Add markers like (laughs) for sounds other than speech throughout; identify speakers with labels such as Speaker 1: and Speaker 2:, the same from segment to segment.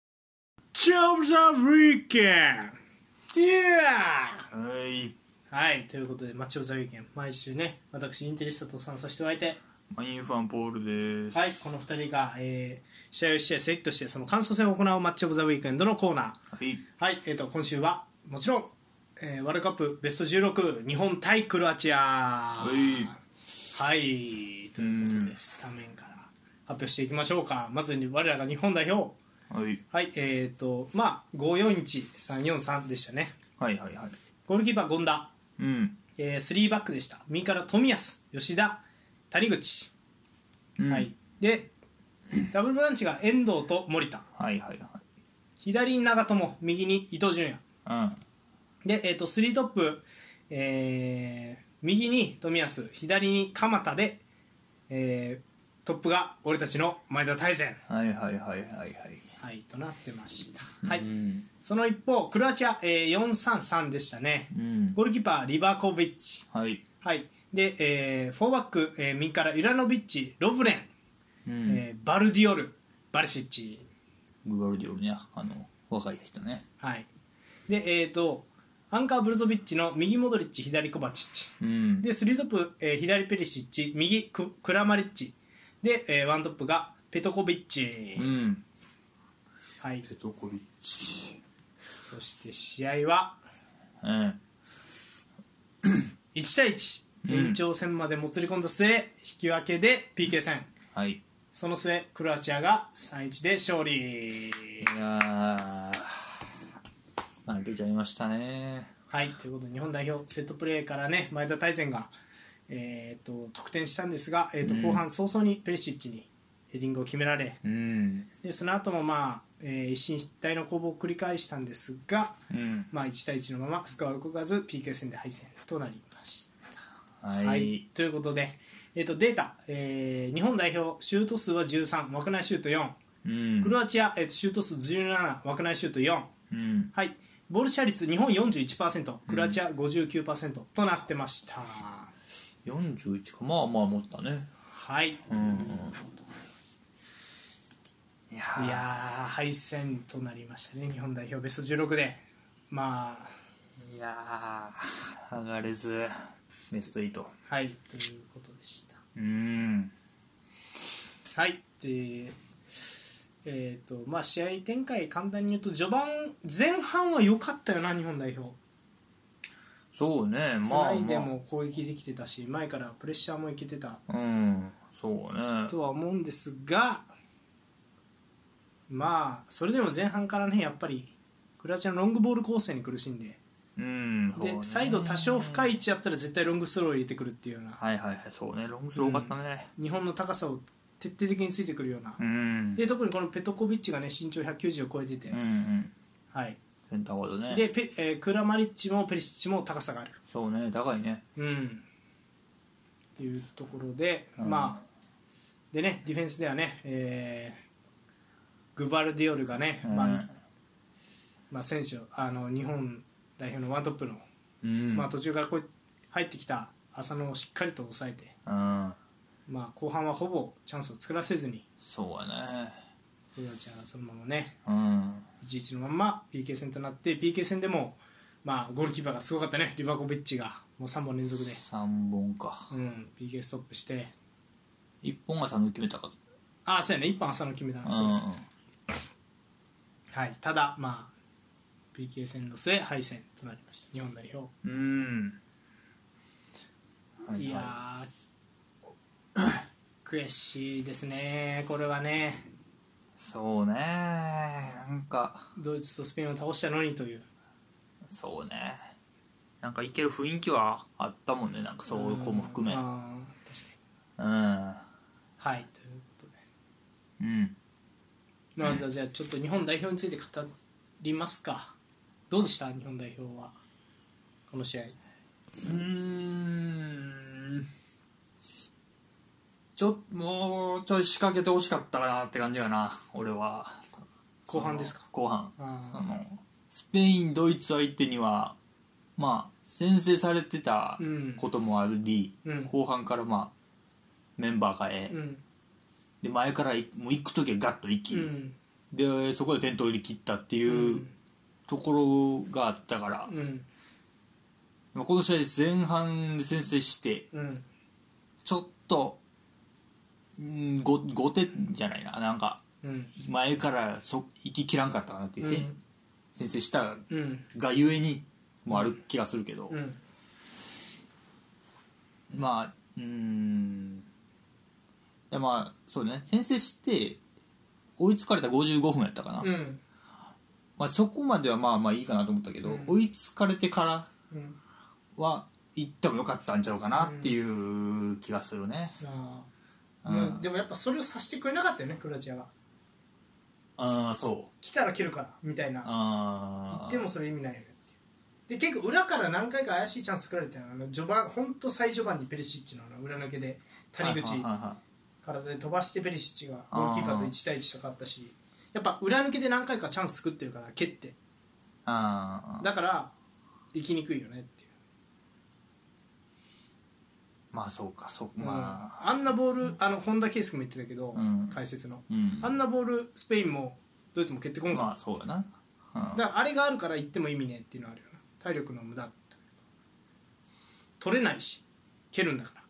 Speaker 1: ッチオブザウィーケンド Yeah!
Speaker 2: はい
Speaker 1: はい、ということで、マッチオブザウィーケン毎週ね、私、インテリスタとさん、そしてお相手、
Speaker 2: マインファンポールです
Speaker 1: はい、この二人が、えー、試合を試合セットして、その感想戦を行うマッチオブザウィーケンドのコーナー。
Speaker 2: はい
Speaker 1: はい、えー、と今週はもちろん、えーワールドカップベスト16日本対クロアチアは
Speaker 2: はい
Speaker 1: はいということでスタメンから発表していきましょうかまずに我らが日本代表
Speaker 2: はい
Speaker 1: はいえっ、とまあ541343でしたね
Speaker 2: はいはいはい
Speaker 1: ゴールキーパー権田、
Speaker 2: うん
Speaker 1: えー、3バックでした右から冨安吉田谷口、
Speaker 2: うん
Speaker 1: はいでダブルブランチが遠藤と森田
Speaker 2: はいはい
Speaker 1: 左に長友右に伊東純也
Speaker 2: はい
Speaker 1: で、えー、と3トップ、えー右に冨安左に鎌田で、えートップが俺たちの前田大然、
Speaker 2: うんはいはいはいはいはい
Speaker 1: はい、となってました、はい
Speaker 2: うん
Speaker 1: その一方クロアチア、えー、433でしたね
Speaker 2: うん
Speaker 1: ゴールキーパーリバコビッチ、
Speaker 2: はい
Speaker 1: はいでえー、4バック、えー右からユラノビッチロブレン、
Speaker 2: うん
Speaker 1: えーバルディオルバルシッチ、
Speaker 2: グバルディオルねあの若い人ね
Speaker 1: はい、で、えー、とアンカー・ブルゾビッチの右モドリッチ左コバチッチ
Speaker 2: うん
Speaker 1: で3トップ、えー左ペリシッチ右ククラマリッチで、え1トップがペトコビッチ、
Speaker 2: うん
Speaker 1: はい、
Speaker 2: ペトコビッチ
Speaker 1: そして試合は
Speaker 2: うん
Speaker 1: 1対1延長戦までもつれ込んだ末、引き分けで PK 戦
Speaker 2: はい
Speaker 1: その末クロアチアが3 1で勝利、
Speaker 2: いやー負けちゃいましたね
Speaker 1: はいということで日本代表セットプレーからね前田大然が、えー、と得点したんですが、えーと
Speaker 2: うん
Speaker 1: 後半早々にペリシッチにヘディングを決められ
Speaker 2: うん
Speaker 1: でその後もまあ、えー一進一退の攻防を繰り返したんですが
Speaker 2: うん
Speaker 1: まあ、1対1のままスコアを動かず PK 戦で敗戦となりました。
Speaker 2: はい、
Speaker 1: はい、ということで、えー、とデータ、えー日本代表シュート数は13枠内シュート4、
Speaker 2: うん
Speaker 1: クロアチア、えーとシュート数17枠内シュート4、
Speaker 2: うん
Speaker 1: はい、ボールシェア率日本41%クロアチア59%となってました。
Speaker 2: 41かまあまあ持ったね
Speaker 1: はい、
Speaker 2: うんいや
Speaker 1: い
Speaker 2: ー
Speaker 1: やー敗戦となりましたね日本代表ベスト16で。まあ
Speaker 2: いやー上がれずベスト8
Speaker 1: はいということでした。
Speaker 2: うん
Speaker 1: はい、で、えーとまあ、試合展開、簡単に言うと、序盤、前半は良かったよな、日本代表、
Speaker 2: そうね
Speaker 1: つ
Speaker 2: ま
Speaker 1: な
Speaker 2: あ
Speaker 1: いで
Speaker 2: ま
Speaker 1: も攻撃できてたし、前からプレッシャーもいけてた
Speaker 2: あうんそうね
Speaker 1: とは思うんですが、まあ、それでも前半からね、やっぱり、クロアチアのロングボール構成に苦しんで、
Speaker 2: うんそうね
Speaker 1: でサイド、多少深い位置やったら、絶対ロングスローを入れてくるっていうような、
Speaker 2: はいはいはいそうねロングスロー多かったね
Speaker 1: 日本の高さを徹底的についてくるような、
Speaker 2: うん
Speaker 1: で特にこのペトコビッチがね、身長190を超えてて。
Speaker 2: うんうん
Speaker 1: はい
Speaker 2: センターワードね
Speaker 1: でペ、えークラマリッチもペリシッチも高さがある、
Speaker 2: そうね高いね
Speaker 1: うん、っていうところで、
Speaker 2: うん
Speaker 1: まあでねディフェンスではね、えーグバルディオルがね、
Speaker 2: うん
Speaker 1: まあまあ、選手あの日本代表のワントップの、
Speaker 2: うん
Speaker 1: まあ、途中からこう入ってきた浅野をしっかりと抑えて、
Speaker 2: うん
Speaker 1: まあ、後半はほぼチャンスを作らせずに
Speaker 2: そうね
Speaker 1: クロアチアはそのままね
Speaker 2: うん
Speaker 1: 1-1のまんま PK 戦となって PK 戦でも、まあ、ゴールキーパーがすごかったねリバコビッチがもう3本連続で。
Speaker 2: 3本か
Speaker 1: うん、PK ストップして
Speaker 2: 1本が3決めたか
Speaker 1: ああそうやね一本浅野決めたのそうです、はい、ただまあ PK 戦の末敗戦となりました日本代表、、
Speaker 2: うんうんはい
Speaker 1: やー悔しいですねこれはね
Speaker 2: そうねなんか
Speaker 1: ドイツとスペインを倒したのにという
Speaker 2: そうねなんかいける雰囲気はあったもんねなんかそういう子も含め
Speaker 1: あー確
Speaker 2: う
Speaker 1: かに
Speaker 2: ん
Speaker 1: はいということで
Speaker 2: うん
Speaker 1: まずはじゃあちょっと日本代表について語りますかどうでした日本代表はこの試合
Speaker 2: うんちょもうちょい仕掛けてほしかったかなって感じかな俺は
Speaker 1: 後半ですか
Speaker 2: 後半
Speaker 1: あー
Speaker 2: そのスペインドイツ相手にはまあ先制されてた
Speaker 1: うん
Speaker 2: こともあり、
Speaker 1: うん
Speaker 2: 後半からまあメンバー変え、
Speaker 1: うん
Speaker 2: で前からいもう行く時はガッと行き、
Speaker 1: うん
Speaker 2: でそこで点灯入り切ったっていう、
Speaker 1: うん
Speaker 2: ところがあったから、
Speaker 1: うん
Speaker 2: まあこの試合前半で先制して
Speaker 1: うん
Speaker 2: ちょっと、うん、5, 5点じゃないななんか
Speaker 1: うん
Speaker 2: 前からそ行ききらんかったかなっていう、ね
Speaker 1: うん
Speaker 2: 先制した
Speaker 1: うん
Speaker 2: がゆえにもある気がするけど、
Speaker 1: うん
Speaker 2: まあうんでまあそうね先制して追いつかれた55分やったかな、
Speaker 1: うん
Speaker 2: まあ、そこまではまあまあいいかなと思ったけど、
Speaker 1: うん
Speaker 2: 追いつかれてから
Speaker 1: うん
Speaker 2: は行ってもよかったんちゃうかなっていう気がするね、
Speaker 1: あ
Speaker 2: う
Speaker 1: あ
Speaker 2: ん
Speaker 1: もうでもやっぱそれをさせてくれなかったよねクロアチアは
Speaker 2: ああそう
Speaker 1: 来たら蹴るからみたいな
Speaker 2: ああ
Speaker 1: でもそれ意味ないよねっていうで結構裏から何回か怪しいチャンス作られたよあの序盤ほんと最序盤にペリシッチのあの裏抜けで谷口体で飛ばしてペリシッチがゴールキーパーと1対1とかあったしやっぱ裏抜けで何回かチャンス作ってるから蹴って
Speaker 2: ああ
Speaker 1: だから行きにくいよねっていう、
Speaker 2: まあそうかそう
Speaker 1: うん
Speaker 2: まあ
Speaker 1: あんなボールあの本田圭佑も言ってたけど、
Speaker 2: うん
Speaker 1: 解説の
Speaker 2: うん
Speaker 1: あんなボールスペインもドイツも蹴ってこんかった
Speaker 2: まあそうやな、うん、
Speaker 1: だからあれがあるから行っても意味ねえっていうのはあるよな体力の無駄というか取れないし蹴るんだから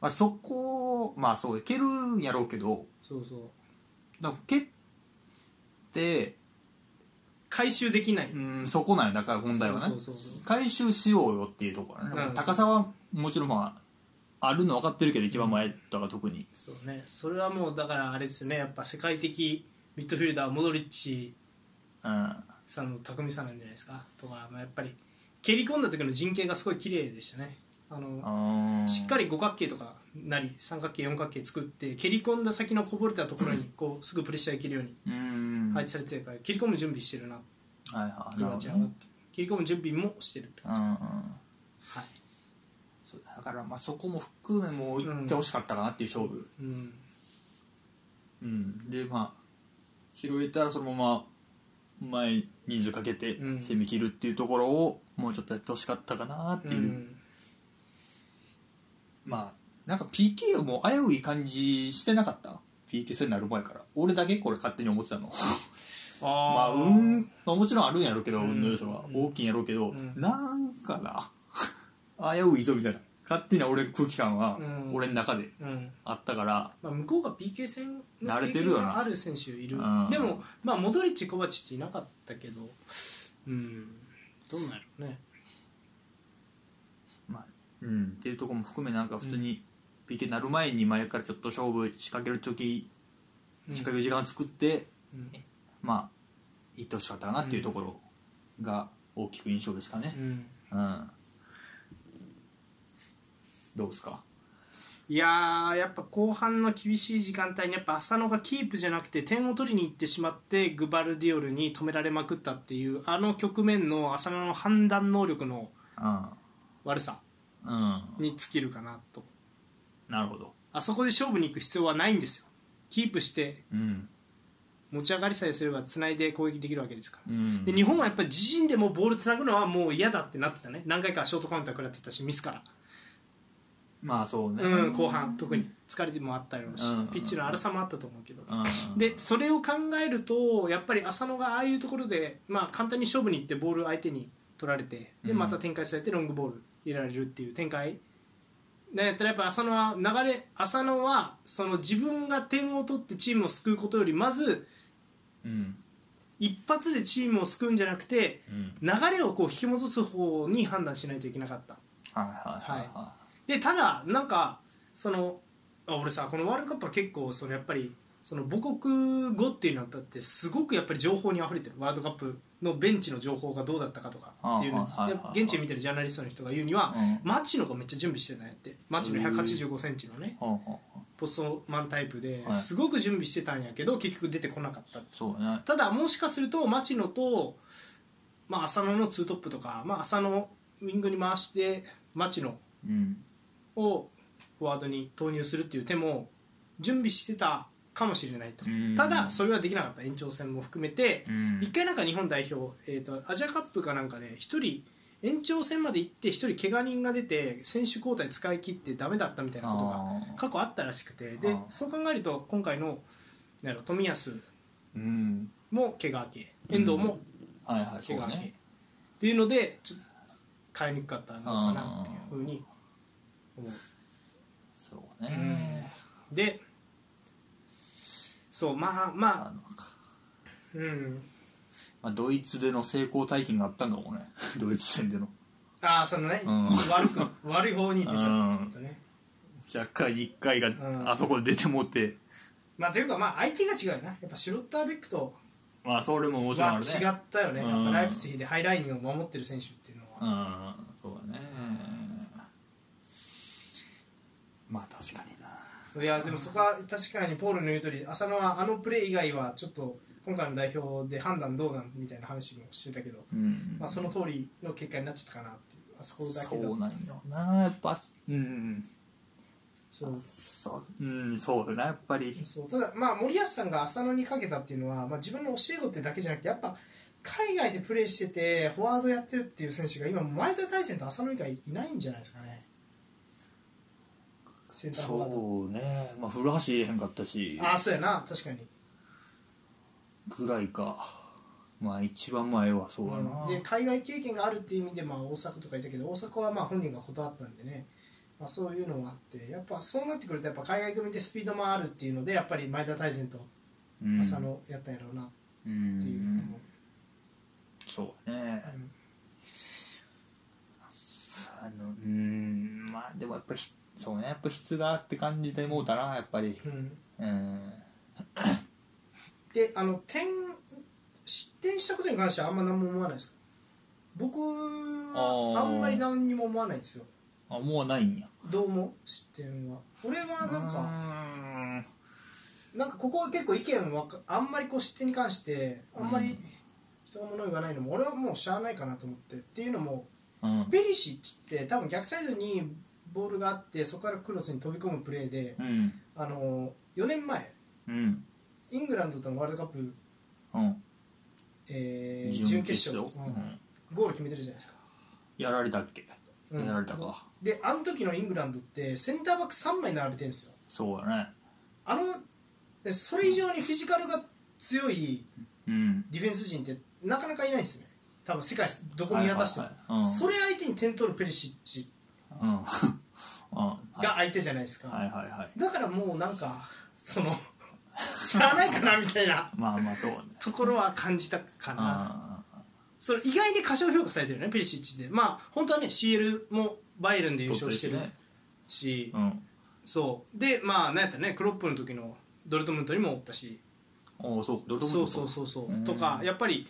Speaker 2: まあ、そこをまあそういけるんやろうけど
Speaker 1: そうそう
Speaker 2: だから蹴って
Speaker 1: 回収できない、
Speaker 2: うんそこなんやだから問題はね
Speaker 1: そうそうそうそう
Speaker 2: 回収しようよっていうところだ
Speaker 1: う
Speaker 2: ね
Speaker 1: ん
Speaker 2: 高さはもちろんまああるの分かってるけど一番前とか特に
Speaker 1: そうねそれはもうだからあれですねやっぱ世界的ミッドフィルダーモドリッチ
Speaker 2: うん
Speaker 1: さんの巧みさなんじゃないですかとか、まあ、やっぱり蹴り込んだ時の陣形がすごい綺麗でしたねあの
Speaker 2: あー
Speaker 1: しっかり五角形とかなり三角形四角形作って蹴り込んだ先のこぼれたところ (laughs) にこうすぐプレッシャーいけるように
Speaker 2: うん
Speaker 1: 配置されてるから蹴り込む準備してるな
Speaker 2: はいはい
Speaker 1: ク
Speaker 2: な
Speaker 1: ロ
Speaker 2: る
Speaker 1: ア
Speaker 2: ほ
Speaker 1: チ
Speaker 2: ど
Speaker 1: ア
Speaker 2: ね
Speaker 1: はっていう切り込む準備もしてるって
Speaker 2: うん
Speaker 1: 感
Speaker 2: う
Speaker 1: じ、
Speaker 2: ん
Speaker 1: はい
Speaker 2: そうだからまあそこも含めもう行ってほしかったかなっていう勝負
Speaker 1: うん
Speaker 2: うんでまあ拾えたらそのまま前人数かけて
Speaker 1: うん
Speaker 2: 攻め切るっていうところをもうちょっとやってほしかったかなって
Speaker 1: う
Speaker 2: いう、
Speaker 1: ん
Speaker 2: まあなんか PK も危うい感じしてなかった PK 戦になる前から俺だけこれ勝手に思ってたのまあ
Speaker 1: (laughs) あー
Speaker 2: 運、まあ、もちろんあるんやろうけど
Speaker 1: うん
Speaker 2: 運の要素は
Speaker 1: うん
Speaker 2: 大きいんやろうけど、
Speaker 1: うん
Speaker 2: なん (laughs) かな危ういぞみたいな勝手に俺空気感は
Speaker 1: うん
Speaker 2: 俺の中で
Speaker 1: うん
Speaker 2: あったから、
Speaker 1: まあ、向こうが PK 戦の
Speaker 2: 慣れ
Speaker 1: 経
Speaker 2: て
Speaker 1: 験
Speaker 2: るよな
Speaker 1: がある選手いる
Speaker 2: うん
Speaker 1: でも、まあ、モドリッチコバチッチいなかったけどうんどうなるね
Speaker 2: まあうん、っていうところも含めなんか普通に PK になる前に前からちょっと勝負仕掛ける時
Speaker 1: うん
Speaker 2: 仕掛ける時間を作って、
Speaker 1: うん
Speaker 2: まあいってほしかったかなっていうところが大きく印象ですかね。
Speaker 1: うん
Speaker 2: うんどうですか
Speaker 1: いやーやっぱ後半の厳しい時間帯にやっぱ浅野がキープじゃなくて点を取りに行ってしまってグバルディオルに止められまくったっていうあの局面の浅野の判断能力の
Speaker 2: う
Speaker 1: 悪さ
Speaker 2: ん、うん、
Speaker 1: に尽きるかなと
Speaker 2: なるほど
Speaker 1: あそこで勝負に行く必要はないんですよキープして
Speaker 2: うん、
Speaker 1: 持ち上がりさえすればつないで攻撃できるわけですから、
Speaker 2: うん、
Speaker 1: で日本はやっぱり自陣でもうボールつなぐのはもう嫌だってなってたね何回かショートカウンター食らってたしミスから、
Speaker 2: まあそうね
Speaker 1: うん、後半特に疲れてもあったようし、
Speaker 2: うん
Speaker 1: ピッチの荒さもあったと思うけど、
Speaker 2: うん
Speaker 1: でそれを考えるとやっぱり浅野がああいうところで、まあ、簡単に勝負に行ってボール相手に取られてで
Speaker 2: うん
Speaker 1: また展開されてロングボール入れられるっていう展開でやったらやっぱ浅野は流れ浅野はその自分が点を取ってチームを救うことよりまず
Speaker 2: うん
Speaker 1: 一発でチームを救うんじゃなくて
Speaker 2: うん
Speaker 1: 流れをこう引き戻す方に判断しないといけなかった
Speaker 2: はいはいはいは
Speaker 1: でただなんかそのあ俺さこのワールドカップは結構そのやっぱりその母国語っていうのはだってすごくやっぱり情報にあふれてるワールドカップのベンチの情報がどうだったかとかっていうのを
Speaker 2: ああはいはいはい
Speaker 1: で現地で見てるジャーナリストの人が言うには、
Speaker 2: うん
Speaker 1: マッチのがめっちゃ準備してたんやってマッチの1 8 5センチのね
Speaker 2: いほうほうほう
Speaker 1: ポストマンタイプで
Speaker 2: はい
Speaker 1: すごく準備してたんやけど結局出てこなかった
Speaker 2: そうやね
Speaker 1: ただもしかすると町野と、まあ、浅野のツートップとか、まあ、浅野ウィングに回して町野
Speaker 2: うん
Speaker 1: をフォワードに投入するっていう手も準備してたかもしれないと
Speaker 2: うん
Speaker 1: ただそれはできなかった延長戦も含めて
Speaker 2: うん
Speaker 1: 一回なんか日本代表、えー、とアジアカップかなんかで一人延長戦まで行って一人怪我人が出て選手交代使い切ってダメだったみたいなことが
Speaker 2: あー
Speaker 1: 過去あったらしくて
Speaker 2: あ
Speaker 1: で
Speaker 2: ー
Speaker 1: そう考えると今回のなんやろ冨安
Speaker 2: うん
Speaker 1: も怪我明け遠藤も
Speaker 2: はいはいそ
Speaker 1: 怪
Speaker 2: う
Speaker 1: 我
Speaker 2: だ
Speaker 1: 明け、
Speaker 2: ね
Speaker 1: っていうのでちょっと変えにくかったのかなっていうふうに思う
Speaker 2: そうね
Speaker 1: でそうまあまあ
Speaker 2: あの
Speaker 1: うん
Speaker 2: まあドイツでの成功体験があったんかもね (laughs) ドイツ戦での
Speaker 1: ああそのね、
Speaker 2: うん
Speaker 1: 悪く悪い方に出ちゃったってことね、
Speaker 2: 若干1回が
Speaker 1: ん
Speaker 2: あそこで出てもって
Speaker 1: まあというかまあ相手が違うよなやっぱシュロッターベックと
Speaker 2: まあそれももちろんあ
Speaker 1: は
Speaker 2: るね
Speaker 1: 違ったよね
Speaker 2: うん
Speaker 1: やっぱライプツィヒでハイラインを守ってる選手っていうの
Speaker 2: う
Speaker 1: は、
Speaker 2: んそうだねまあ確かにな
Speaker 1: そういやでもそこは確かにポールの言う通り浅野はあのプレー以外はちょっと今回の代表で判断どうなんみたいな話もしてたけど、
Speaker 2: うん
Speaker 1: まあ、その通りの結果になっちゃったかなっていうあそこだ
Speaker 2: そ
Speaker 1: けだと
Speaker 2: うなんよなやっぱうん
Speaker 1: そう
Speaker 2: そう,、うん、そうだなやっぱり
Speaker 1: そうただまあ森保さんが浅野にかけたっていうのは、まあ、自分の教え子ってだけじゃなくてやっぱ海外でプレーしててフォワードやってるっていう選手が今前田大然と浅野以外いないんじゃないですかねセンターフォワード
Speaker 2: そうねまあ古橋入れへんかったし
Speaker 1: ああそうやな確かに、
Speaker 2: ぐらいかまあ一番前はそうだな、
Speaker 1: で海外経験があるっていう意味で、まあ、大阪とかいたけど大阪はまあ本人が断ったんでね、まあ、そういうのもあってやっぱそうなってくるとやっぱ海外組でスピードもあるっていうのでやっぱり前田大然と
Speaker 2: うん、
Speaker 1: 浅野やったんやろうなっ
Speaker 2: うん
Speaker 1: ていうのも、
Speaker 2: そうだね
Speaker 1: うん
Speaker 2: あのうんまあでもやっぱひそうねやっぱ質があって感じてもうたなやっぱり
Speaker 1: うん
Speaker 2: うん
Speaker 1: であの点失点したことに関してはあんま何も思わないですか僕は
Speaker 2: あー
Speaker 1: あんまり何にも思わないんですよ
Speaker 2: あもうないんや
Speaker 1: どうも失点は俺はなんか
Speaker 2: か
Speaker 1: なんかここは結構意見わかあんまりこう失点に関してあんまり人が物を言わないのも俺はもうしゃあないかなと思ってっていうのも
Speaker 2: うん
Speaker 1: ペリシッチって多分逆サイドにボールがあってそこからクロスに飛び込むプレーで
Speaker 2: うん
Speaker 1: あの4年前
Speaker 2: うん
Speaker 1: イングランドとのワールドカップ、
Speaker 2: うん
Speaker 1: えー準決勝、
Speaker 2: う
Speaker 1: うん
Speaker 2: ん
Speaker 1: ゴール決めてるじゃないですか、
Speaker 2: やられたっけ、
Speaker 1: うん
Speaker 2: やられたか
Speaker 1: であの時のイングランドってセンターバック3枚並べてるんですよ
Speaker 2: そうだね
Speaker 1: あのでそれ以上にフィジカルが強い
Speaker 2: うん
Speaker 1: ディフェンス陣ってなかなかいないんですね多分世界どこ見渡しても、
Speaker 2: はいはいはいうん
Speaker 1: それ相手に点取るペリシッチ
Speaker 2: うん (laughs) うんはい
Speaker 1: が相手じゃないですか、
Speaker 2: はいはいはい
Speaker 1: だからもうなんかその (laughs) しゃあないかなみたいな (laughs)
Speaker 2: まあまあそうね
Speaker 1: ところは感じたかな
Speaker 2: ああ
Speaker 1: それ意外に過小評価されてるよねペリシッチってまあ本当はね CL もバイエルンで優勝してるし、
Speaker 2: うん
Speaker 1: そうでまあなんやったらねクロップの時のドルトムントにもおったし
Speaker 2: おおそうドルトムン
Speaker 1: そ
Speaker 2: ト
Speaker 1: うそうそうそう
Speaker 2: うん
Speaker 1: とかやっぱり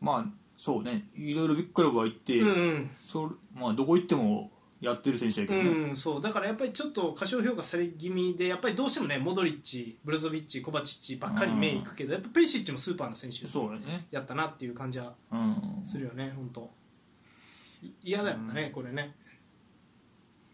Speaker 2: まあそうねいろいろビッグクラブは行って、
Speaker 1: うんうん
Speaker 2: それまあどこ行ってもやってる選手やけ
Speaker 1: う
Speaker 2: どね、
Speaker 1: ん、そうだからやっぱりちょっと過小評価され気味でやっぱりどうしてもねモドリッチブルゾビッチコバチッチばっかり目いくけどやっぱペリシッチもスーパーな選手
Speaker 2: そうだね
Speaker 1: やったなっていう感じは
Speaker 2: うん
Speaker 1: するよね本当い嫌だったね、これね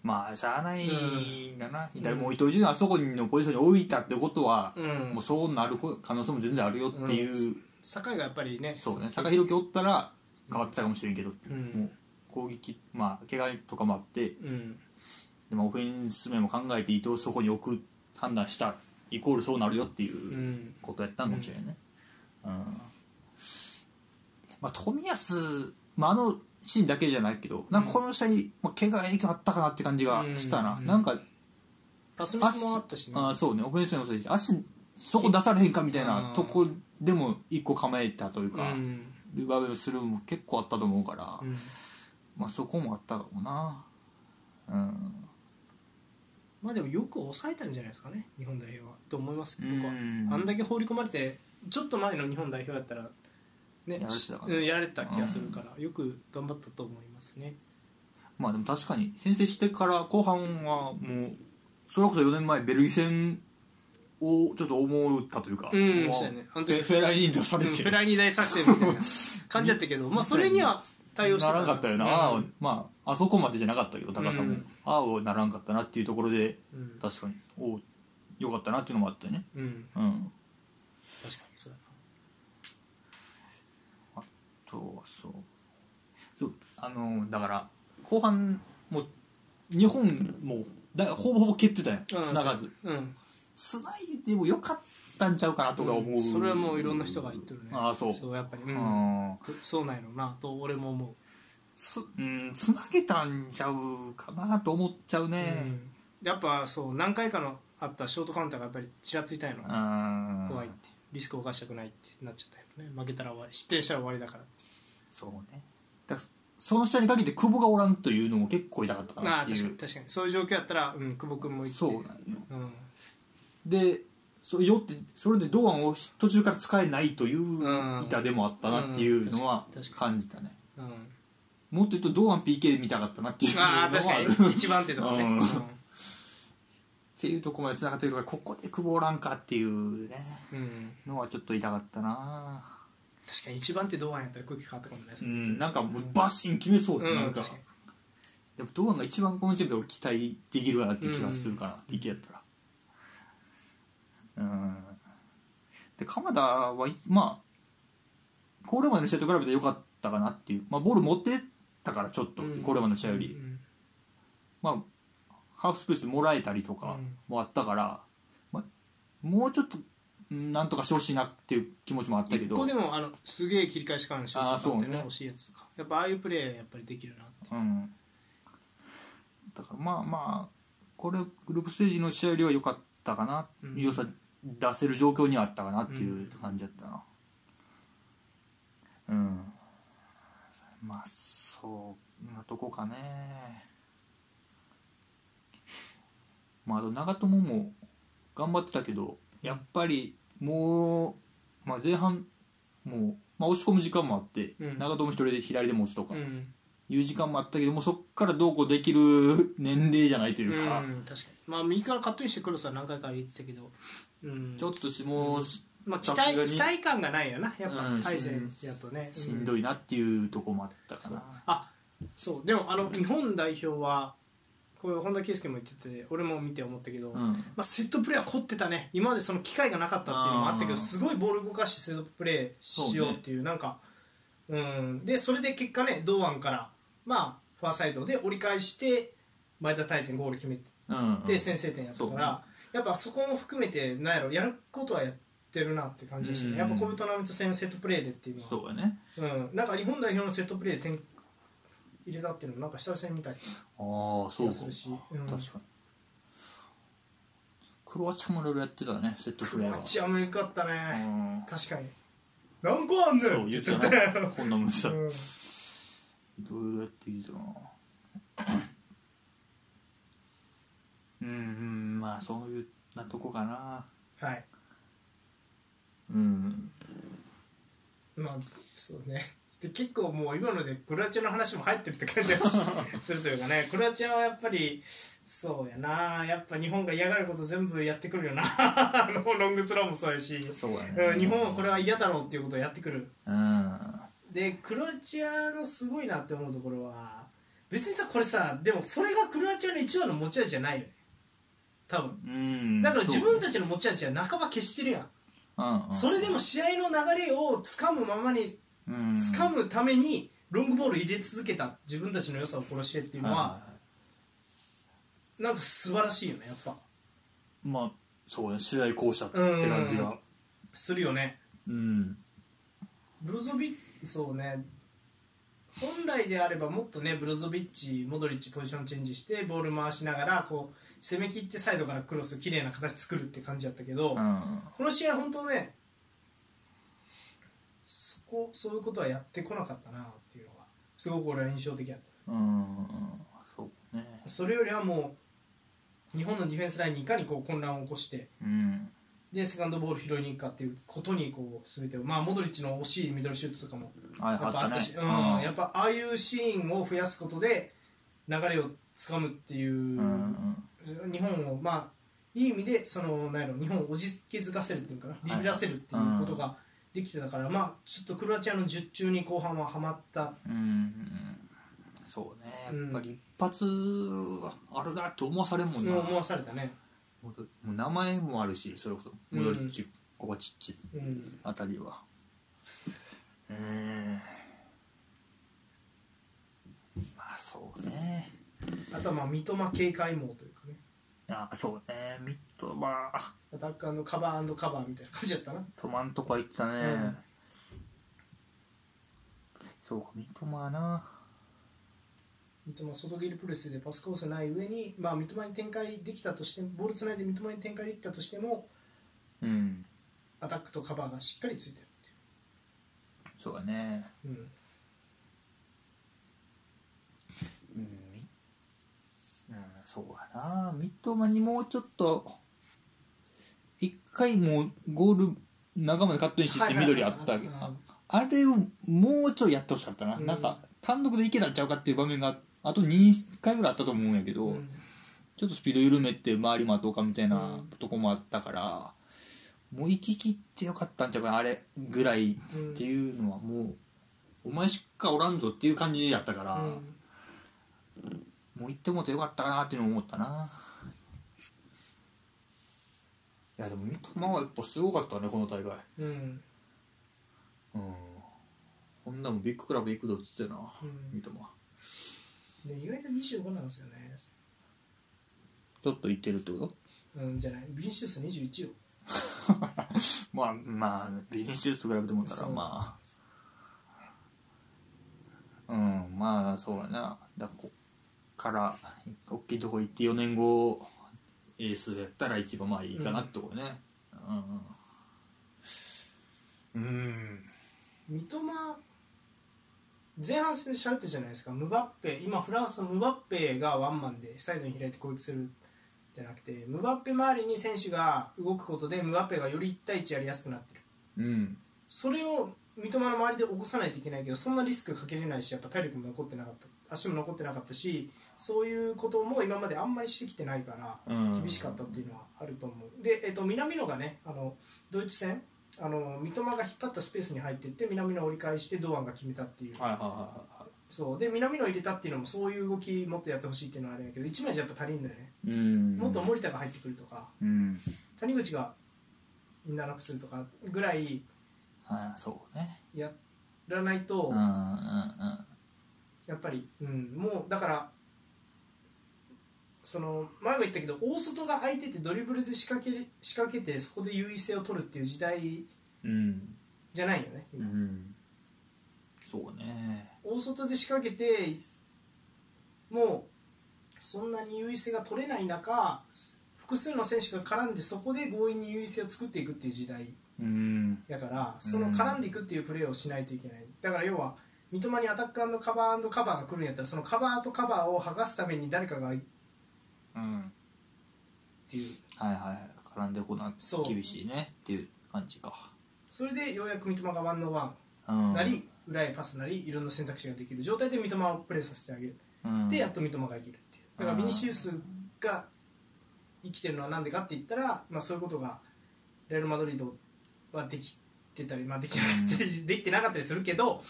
Speaker 2: まあしゃあないんだな、でも伊藤純也あそこのポジションに置いたってことは、
Speaker 1: うん
Speaker 2: もうそうなる可能性も全然あるよっていう、
Speaker 1: 酒井がやっぱりね
Speaker 2: そうね坂広樹おったら変わってたかもしれんけど、
Speaker 1: うん
Speaker 2: もう攻撃まあ怪我とかもあって
Speaker 1: うん
Speaker 2: でもオフェンス面も考えて伊藤をそこに置く判断したイコールそうなるよっていうううんことやったんかもしれないね、うんまあ、冨安、まあ、あのシーンだけじゃないけどなんかこの試合、まあ、怪我が影響あったかなって感じがしたな、
Speaker 1: うん
Speaker 2: なんか
Speaker 1: パスミス
Speaker 2: 足
Speaker 1: もあったしね
Speaker 2: あそうねオフェンス面もそうだし足そこ出されへんかみたいなとこでも一個構えたという
Speaker 1: う
Speaker 2: か、
Speaker 1: ん
Speaker 2: ルバベルスルーも結構あったと思うから、
Speaker 1: うん
Speaker 2: まあそこもあったかもなうん
Speaker 1: まあでもよく抑えたんじゃないですかね日本代表はと思います僕は
Speaker 2: うん
Speaker 1: あんだけ放り込まれてちょっと前の日本代表だったらね
Speaker 2: やられてたかな
Speaker 1: うんやられてた気がするから、よく頑張ったと思いますね
Speaker 2: まあでも確かに先制してから後半はもうそれこそ4年前ベルギー戦をちょっと思ったというか、
Speaker 1: うん
Speaker 2: まあ
Speaker 1: そうやねあの時
Speaker 2: フェライン出さ
Speaker 1: う
Speaker 2: れ
Speaker 1: ん
Speaker 2: て、
Speaker 1: フェラーニ大作戦みたいな感じやったけど、まあ、それには対応して
Speaker 2: ならんかったよな、
Speaker 1: う
Speaker 2: あ
Speaker 1: ん
Speaker 2: まああそこまでじゃなかったけど高さも、
Speaker 1: うん
Speaker 2: ああをならんかったなっていうところで
Speaker 1: うん
Speaker 2: 確かにおうよかったなっていうのもあったよね
Speaker 1: うん
Speaker 2: うん
Speaker 1: 確かにそうだな
Speaker 2: そうそうそうあのだから後半もう日本もだほぼほぼ蹴ってたやん
Speaker 1: うん
Speaker 2: つながず
Speaker 1: うん
Speaker 2: 繋いでもよかったんちゃうかなとか思う、
Speaker 1: んそれはもういろんな人が言ってるね
Speaker 2: ああそう
Speaker 1: そうやっぱり、う
Speaker 2: うんん
Speaker 1: とそうなんやろうなと俺も思
Speaker 2: つうんつなげたんちゃうかなと思っちゃう
Speaker 1: う、
Speaker 2: ね、
Speaker 1: うんやっぱそう何回かのあったショートカウンターがやっぱりちらついたんやろ
Speaker 2: う、ん
Speaker 1: 怖いってリスクを犯したくないってなっちゃったよね負けたら終わり失点したら終わりだから
Speaker 2: そうねだからその下に限って久保がおらんというのも結構痛かったか
Speaker 1: あ
Speaker 2: な
Speaker 1: あ
Speaker 2: って
Speaker 1: 確
Speaker 2: い
Speaker 1: か
Speaker 2: う
Speaker 1: に確かにそういう状況やったら、うん、久保君も行って
Speaker 2: そうなんよ
Speaker 1: うん
Speaker 2: でそよってそれで堂安を途中から使えないという
Speaker 1: うん
Speaker 2: 痛でもあったなっていうのは
Speaker 1: うん確か
Speaker 2: 感じたね
Speaker 1: うん、
Speaker 2: もっと言うと堂安 PK で見たかったなっていうのは
Speaker 1: あ
Speaker 2: (laughs)
Speaker 1: あ確かに一番手とかね、
Speaker 2: うん
Speaker 1: うん
Speaker 2: っていうとこまで繋がってるからここで久保おらんかっていうね
Speaker 1: うん
Speaker 2: のはちょっと痛かったな
Speaker 1: 確かに一番手どうなんやったら空気変わったかもね
Speaker 2: うんなんかもうバシン決めそうって
Speaker 1: う
Speaker 2: なん
Speaker 1: ん
Speaker 2: か
Speaker 1: 確かに
Speaker 2: でも堂安が一番この時点で俺期待できるかなっていう気がするから、ピッケやったらうんで鎌田はいまあこれまでの試合と比べて良かったかなっていう、まあ、ボール持ってたからちょっと、
Speaker 1: うん
Speaker 2: これまでの試合より、
Speaker 1: うん
Speaker 2: まあハーフスペースでもらえたりとかもあったから、まあ、もうちょっとうんなんとかしてほしいなっていう気持ちもあったけ
Speaker 1: 一
Speaker 2: ど
Speaker 1: 個でもあのすげえ切り返しからのシュートだったよ
Speaker 2: あーそう
Speaker 1: ね
Speaker 2: ね
Speaker 1: 惜しいやつとかやっぱああいうプレーやっぱりできるなって
Speaker 2: うん、だからまあまあこれグループステージの試合よりは良かったかな、
Speaker 1: うん
Speaker 2: 良さ出せる状況にはあったかなっていう感じだったなうん、まあそうなとこかねまああと長友も頑張ってたけどやっぱりもう、まあ、前半もう、まあ、押し込む時間もあって、
Speaker 1: うん
Speaker 2: 長友一人で左で持つとか、
Speaker 1: うん、
Speaker 2: いう時間もあったけどもそっからどうこうできる年齢じゃないと
Speaker 1: う
Speaker 2: いうか、
Speaker 1: ん、確かにまあ右からカットインしてクロスは何回か入れてたけど、うん、
Speaker 2: ちょっとしもうし,、
Speaker 1: まあ期
Speaker 2: さすがに
Speaker 1: 待期待感がないよなやっ
Speaker 2: うん
Speaker 1: ぱ大勢やとね、うん
Speaker 2: んどいなっていうとこもあったかな、
Speaker 1: あそうでもあの日本代表はこれ本田圭佑も言ってて俺も見て思ったけど、
Speaker 2: うん
Speaker 1: まあ、セットプレーは凝ってたね今までその機会がなかったっていうのもあったけ
Speaker 2: あー
Speaker 1: どすごいボール動かしてセットプレーしようっていうなんかうんでそれで結果ね堂安からまあファーサイドで折り返して前田大然ゴール決めて
Speaker 2: うん
Speaker 1: で先制点やったか
Speaker 2: そう
Speaker 1: ら、やっぱそこも含めてなんやろやることはやってるなって感じでしたね、
Speaker 2: うん
Speaker 1: やっぱこういうトーナメント戦セットプレーでっていうのは
Speaker 2: そうやね
Speaker 1: うん、なんか日本代表のセットプレーで点入れたっていうのもなんか久々に見たい
Speaker 2: ああ
Speaker 1: 気
Speaker 2: そ
Speaker 1: が
Speaker 2: うか
Speaker 1: するし、うん、
Speaker 2: 確かにクロアチアもいろいろやってたねセットプ
Speaker 1: ク
Speaker 2: レー
Speaker 1: ロ
Speaker 2: は
Speaker 1: アチアもよかった
Speaker 2: う
Speaker 1: ね、
Speaker 2: ん
Speaker 1: 確かに何個あんねん
Speaker 2: そう言って
Speaker 1: 言
Speaker 2: た
Speaker 1: って
Speaker 2: ね
Speaker 1: た (laughs) よ
Speaker 2: こんなもんした
Speaker 1: う
Speaker 2: い
Speaker 1: ん
Speaker 2: ろいろやってきてたなうんうんまあそういうなとこかな
Speaker 1: はい
Speaker 2: うん
Speaker 1: まあそうねで結構もう今のでクロアチアの話も入ってるって感じが
Speaker 2: (laughs)
Speaker 1: しするというかねクロアチアはやっぱりそうやなやっぱ日本が嫌がること全部やってくるよな (laughs) あのロングスローもそうやし、
Speaker 2: そうやね
Speaker 1: うん、日本はこれは嫌だろうっていうことをやってくる
Speaker 2: うん
Speaker 1: でクロアチアのすごいなって思うところは別にさこれさでもそれがクロアチアの一番の持ち味じゃないよね多分
Speaker 2: うん
Speaker 1: だから自分
Speaker 2: ち、
Speaker 1: たちの持ち味は半ば消してるやん
Speaker 2: うんうん、
Speaker 1: それでも試合の流れをつかむままに
Speaker 2: うん
Speaker 1: つかむためにロングボール入れ続けた自分たちの良さを殺してっていうの
Speaker 2: は
Speaker 1: はなんか素晴らしいよねやっぱ
Speaker 2: いまあそうね試合校舎って感じが
Speaker 1: するよね
Speaker 2: うん
Speaker 1: ブロゾビッそうね本来であればもっとねブロゾビッチモドリッチポジションチェンジしてボール回しながらこう攻め切ってサイドからクロス綺麗な形作るって感じだったけど、
Speaker 2: うん
Speaker 1: この試合本当ねそこそういうことはやってこなかったなっていうのがすごく俺は印象的だった
Speaker 2: うんそうね
Speaker 1: それよりはもう日本のディフェンスラインにいかにこう混乱を起こして
Speaker 2: うん
Speaker 1: でセカンドボール拾いに行くかっていうことにこう全てをまあモドリッチの惜しいミドルシュートとかも
Speaker 2: あ
Speaker 1: や
Speaker 2: あ
Speaker 1: っぱあった
Speaker 2: っ
Speaker 1: た
Speaker 2: ね
Speaker 1: し、うん、やっぱああいうシーンを増やすことで流れをつかむっていう、
Speaker 2: うんうん
Speaker 1: 日本をまあいい意味でそのなんやろ日本をおじけづかせるっていうかなビビらせるっていうことができてたから、まあちょっとクロアチアの術中に後半ははまった
Speaker 2: うんうんそうねやっぱり一発あるなって思わされるもんな、
Speaker 1: のを思わされたね、
Speaker 2: もう名前もあるしそれこそモドリッチ、コバチッチ
Speaker 1: うん、
Speaker 2: あたりはうんまあそうね
Speaker 1: あとはまあ三笘警戒網というかね
Speaker 2: あそうねミッドまあ
Speaker 1: アタッカーのカバーカバーみたいな感じだったな
Speaker 2: 止まんとこは行ったね、
Speaker 1: うん
Speaker 2: そうか三笘はな
Speaker 1: 三笘外切りプレスでパスコースない上に、まあ、三笘に展開できたとしてボールつないで三笘に展開できたとしても
Speaker 2: うん
Speaker 1: アタックとカバーがしっかりついてるって
Speaker 2: そうだね
Speaker 1: いう、うん、
Speaker 2: うんみうんそうだな三笘にもうちょっと一回もうゴール仲間でカットインしてって緑あった
Speaker 1: はい
Speaker 2: あ
Speaker 1: はいはいはい
Speaker 2: あれをもうちょいやってほしかったな、
Speaker 1: うん
Speaker 2: なんか単独でいけたんちゃうかっていう場面があと2回ぐらいあったと思うんやけど、
Speaker 1: うん
Speaker 2: ちょっとスピード緩めて周り待とうかみたいな
Speaker 1: うん
Speaker 2: とこもあったから、もう行き切ってよかったんちゃうかなあれぐらい
Speaker 1: うん
Speaker 2: っていうのはもうお前しかおらんぞっていう感じやったから、
Speaker 1: うん
Speaker 2: もう行ってもってよかったかなっていうのを思ったないやでも三笘はやっぱすごかったねこの大会
Speaker 1: うん
Speaker 2: うんこんなもんビッグクラブ行くぞっつってな、
Speaker 1: うん
Speaker 2: 三笘
Speaker 1: ね、意外と25なんですよね、
Speaker 2: ちょっと行ってるってこと
Speaker 1: うん、じゃないビニシウス21よ
Speaker 2: まあまあビニシウスと比べてもたら
Speaker 1: そう
Speaker 2: まあうんまあそうやなだからこっから大きいとこ行って4年後エースやったら一番まあいいかなってとこねうんうん、
Speaker 1: 三笘前半戦で喋ったじゃないですかムバッペ今フランスのムバッペがワンマンでサイドに開いて攻撃するじゃなくてムバッペ周りに選手が動くことでムバッペがより1対1やりやすくなってる
Speaker 2: うん
Speaker 1: それを三笘の周りで起こさないといけないけどそんなリスクかけれないしやっぱ体力も残ってなかった足も残ってなかったしそういうことも今まであんまりしてきてないから、
Speaker 2: うん
Speaker 1: 厳しかったっていうのはあると思うで、えっと南野がねあのドイツ戦あの三笘が引っ張ったスペースに入っていって南野折り返して堂安が決めたっていう
Speaker 2: はいはいはいは
Speaker 1: そうで南野入れたっていうのもそういう動きもっとやってほしいっていうのはあれだけど一枚じゃやっぱ足りんのよね
Speaker 2: いうん
Speaker 1: もっと森田が入ってくるとか
Speaker 2: うん
Speaker 1: 谷口がインナーラップするとかぐらい
Speaker 2: ああそうね
Speaker 1: やらないと
Speaker 2: うんうんうん
Speaker 1: やっぱり、うん、もうだからその前も言ったけど大外が空いててドリブルで仕掛ける仕掛けてそこで優位性を取るっていう時代
Speaker 2: うん
Speaker 1: じゃないよね、
Speaker 2: うんそうね
Speaker 1: 大外で仕掛けてもうそんなに優位性が取れない中複数の選手が絡んでそこで強引に優位性を作っていくっていう時代
Speaker 2: うん
Speaker 1: だからその絡んでいくっていうプレーをしないといけないだから要は三笘にアタックカバーカバーが来るんやったらそのカバーとカバーを剥がすために誰かがいっ
Speaker 2: うん
Speaker 1: ていう
Speaker 2: はいはい絡んでこな
Speaker 1: そう
Speaker 2: 厳しいねっていう感じか
Speaker 1: それでようやく三笘がワンのワ
Speaker 2: うん
Speaker 1: ンなり、裏へパスなりいろんな選択肢ができる状態で三笘をプレーさせてあげる、
Speaker 2: うん
Speaker 1: でやっと三笘が生きるっていうだから
Speaker 2: うん
Speaker 1: ビニシウスが生きてるのはなんでかって言ったら、まあ、そういうことがレアル・マドリードはできてたり、まあ、できなかったりできてなかったりするけど、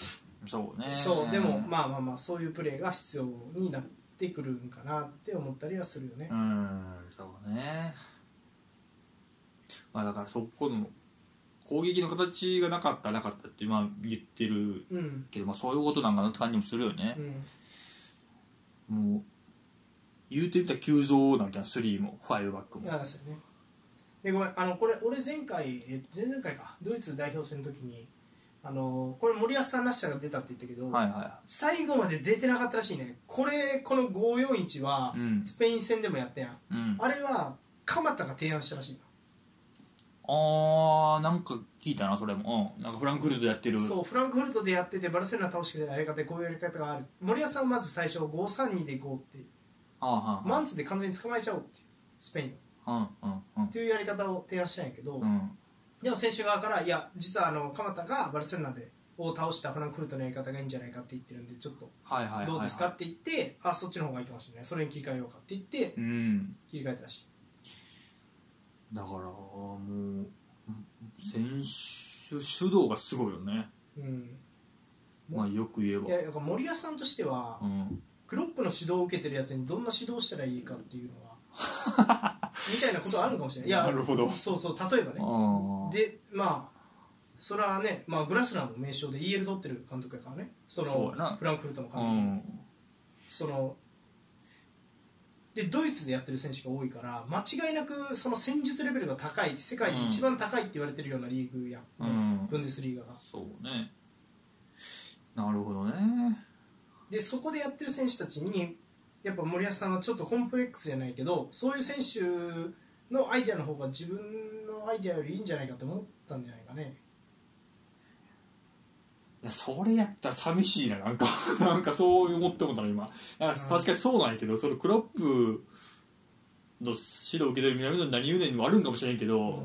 Speaker 2: そうね
Speaker 1: そうでもまあまあまあそういうプレーが必要になってくるんかなって思ったりはするよね
Speaker 2: う。んそうねまあだからそこの攻撃の形がなかったなかったってまあ言ってる
Speaker 1: うん、
Speaker 2: けど、まあ、そういうことなんかなって感じもするよね
Speaker 1: う、ん
Speaker 2: もう言うてみたら急増なんか3も5バックも
Speaker 1: なんですよねでごめんあのこれ俺前回え前々回かドイツ代表戦の時にあのこれ森保さんらしさが出たって言ったけど、
Speaker 2: はいは
Speaker 1: 最後まで出てなかったらしいねこれこの541は
Speaker 2: うん
Speaker 1: スペイン戦でもやったやん、
Speaker 2: いうん
Speaker 1: あれは鎌田が提案したらしいな
Speaker 2: あーなんか聞いたなそれも、うん、なんかフランクフルトやってる
Speaker 1: そうフランクフルトでやっててバルセロナ倒してやり方でこういうやり方がある森保さんはまず最初532でいこうって
Speaker 2: あーはー
Speaker 1: マンツーで完全に捕まえちゃおうっていうスペインを
Speaker 2: はーうんうん
Speaker 1: っていうやり方を提案したんやけど、
Speaker 2: うんうん
Speaker 1: でも選手側からいや実はあの鎌田がバルセロナでを倒したフランクフルトのやり方がいいんじゃないかって言ってるんでちょっと
Speaker 2: はいはいはいはい
Speaker 1: どうですかって言って、あそっちの方がいいかもしれないそれに切り替えようかって言って
Speaker 2: うん
Speaker 1: 切り替えたらしい
Speaker 2: だからもう選手主導がすごいよね
Speaker 1: うん
Speaker 2: まあよく言え
Speaker 1: い
Speaker 2: ば
Speaker 1: やだから森保さんとしては
Speaker 2: うん
Speaker 1: クロップの指導を受けてるやつにどんな指導したらいいかっていうのは
Speaker 2: (laughs)
Speaker 1: みたいなことはあるのかもしれないいや
Speaker 2: なるほど
Speaker 1: そうそう例えばね
Speaker 2: あで
Speaker 1: でまあそれはね、まあ、グラスラーの名称で EL 取ってる監督やからねその
Speaker 2: そうやな
Speaker 1: フランクフルトの監
Speaker 2: う
Speaker 1: 督、
Speaker 2: ん
Speaker 1: そのでドイツでやってる選手が多いから間違いなくその戦術レベルが高い世界で一番高いって言われてるようなリーグや、
Speaker 2: うん
Speaker 1: ブンデスリーガが
Speaker 2: そうねなるほどね
Speaker 1: でそこでやってる選手たちにやっぱ森保さんはちょっとコンプレックスじゃないけどそういう選手のアイデアの方が自分のアイデアよりいいんじゃないかと思ったんじゃないかね
Speaker 2: いやそれやったら寂しいななんか (laughs) なんかそう思ってもたの今なんか
Speaker 1: うん
Speaker 2: 確かにそうなんやけどそのクロップの指導を受けてる南野に何言うねんにもあるんかもしれんけど、
Speaker 1: うん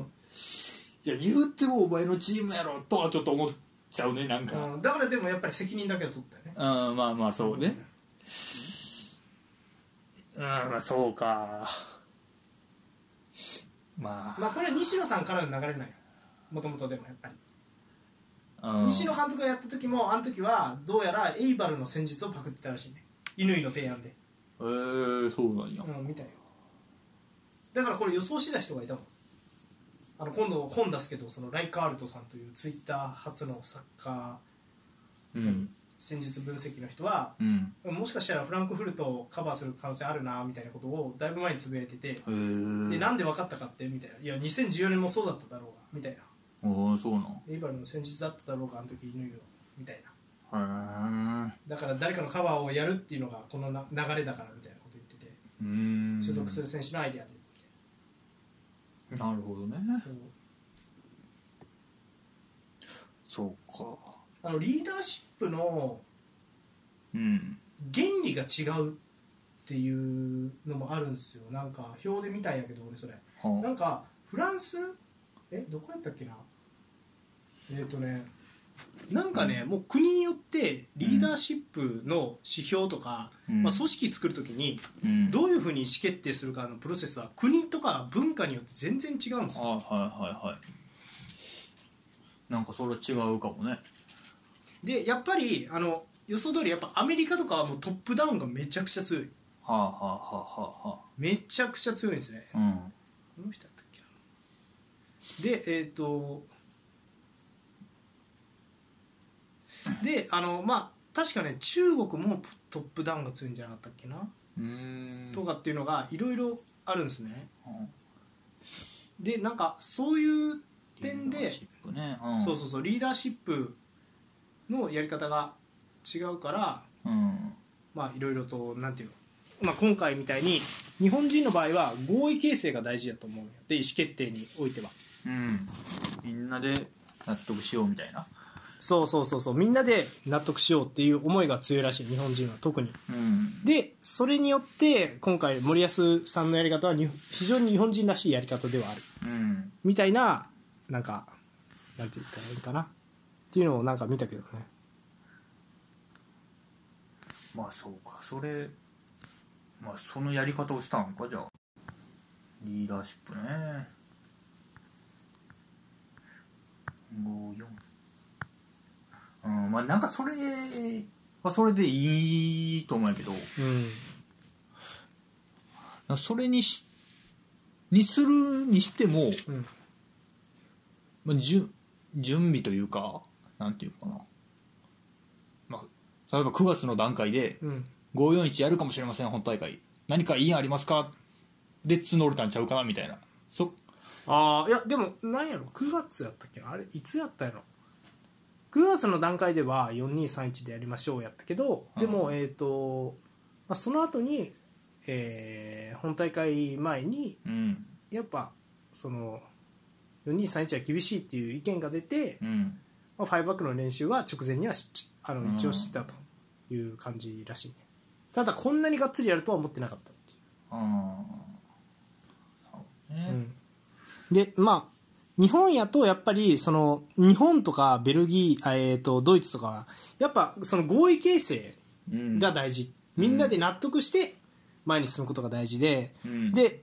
Speaker 2: いや言うてもお前のチームやろとはちょっと思っちゃうねなんか、
Speaker 1: うんだからでもやっぱり責任だけは取ったよね
Speaker 2: うんまあまあそうねうんまあそうかま
Speaker 1: まあこれは西野さんからの流れなんよもともとでもやっぱり
Speaker 2: あ、うん、
Speaker 1: 西野監督がやった時もあの時はどうやらエイバルの戦術をパクってたらしいね乾の提案で
Speaker 2: えー、そうなんや
Speaker 1: うんみたいよだからこれ予想してた人がいたもんあの今度本出すけどそのライカールトさんというツイッター初のサッカー
Speaker 2: うん
Speaker 1: 戦術分析の人は
Speaker 2: うん
Speaker 1: もしかしたらフランクフルトをカバーする可能性あるなみたいなことをだいぶ前につぶやいてて
Speaker 2: へえー、
Speaker 1: でなんで分かったかってみたいないや2014年もそうだっただろうがみたいな
Speaker 2: おおそうなん
Speaker 1: エイバルの戦術だっただろうがあの時乾よみたいな
Speaker 2: へー
Speaker 1: だから誰かのカバーをやるっていうのがこのな流れだからみたいなこと言ってて
Speaker 2: うーん
Speaker 1: 所属する選手のアイデアでみたい
Speaker 2: なるほどね
Speaker 1: なそう
Speaker 2: そうか
Speaker 1: あのリーダーシップの
Speaker 2: うん
Speaker 1: 原理が違うっていうのもあるんですよなんか表で見たんやけど俺それな
Speaker 2: は
Speaker 1: んかフランスえどこやったっけなえっ、とねなんかね、もう国によってリーダーシップの指標とか、
Speaker 2: うん
Speaker 1: まあ、組織作るときに
Speaker 2: うん
Speaker 1: どういうふうに意思決定するかのプロセスは国とか文化によって全然違うんです
Speaker 2: あ
Speaker 1: よ
Speaker 2: はいはいはいなんかそれは違うかもね
Speaker 1: でやっぱりあの予想通りやっぱアメリカとかはもうトップダウンがめちゃくちゃ強い
Speaker 2: はあはあはあは
Speaker 1: めちゃくちゃ強いんですね
Speaker 2: あは
Speaker 1: この人だったっけなでえっ、とであのまあ確かね中国もトップダウンが強いんじゃなかったっけな、
Speaker 2: うんうーん
Speaker 1: とかっていうのがいろいろあるんですね
Speaker 2: うん
Speaker 1: でなんかそういう点
Speaker 2: リーダ
Speaker 1: で
Speaker 2: ーシップね、うん、
Speaker 1: そうそうそうリーダーシップのやり方が違うから
Speaker 2: う、うん、
Speaker 1: まあいろいろとなんていうの、まあ、今回みたいに日本人の場合は合意形成が大事だと思うんやで意思決定においては
Speaker 2: うん、みんなで納得しようみたいな
Speaker 1: そうそうそうそうみんなで納得しようっていう思いが強いらしい日本人は特に
Speaker 2: うん
Speaker 1: でそれによって今回森保さんのやり方はに非常に日本人らしいやり方ではある
Speaker 2: うん
Speaker 1: みたいななんかなんて言ったらいいかなっていうのをなんか見たけどね
Speaker 2: まあそうかそれまあそのやり方をしたんかじゃあリーダーシップね54うんまあなんかそれはそれでいいと思うんやけど
Speaker 1: うん
Speaker 2: それにしにするにしても、
Speaker 1: うん
Speaker 2: まあ、じゅ準備というかなんていうかな、まあ、例えば9月の段階で
Speaker 1: うん
Speaker 2: 541やるかもしれません本大会何かいい案ありますかで募れたんちゃうかなみたいなそ
Speaker 1: ああいやでもなんやろ9月やったっけなあれいつやったやろ9月の段階では4231でやりましょうやったけどでも、
Speaker 2: うん
Speaker 1: えっ、と、まあ、その後に、えー本大会前に
Speaker 2: うん
Speaker 1: やっぱその4231は厳しいっていう意見が出て、
Speaker 2: うん
Speaker 1: まあ、5バックの練習は直前にはしあ
Speaker 2: うん
Speaker 1: の一応してたという感じらしいねただこんなにがっつりやるとは思ってなかったっていう
Speaker 2: ああね
Speaker 1: でまあ日本やとやっぱりその日本とかベルギー、あえー、とドイツとかはやっぱその合意形成
Speaker 2: うん
Speaker 1: が大事、みんなで納得して前に進むことが大事で、
Speaker 2: うん
Speaker 1: で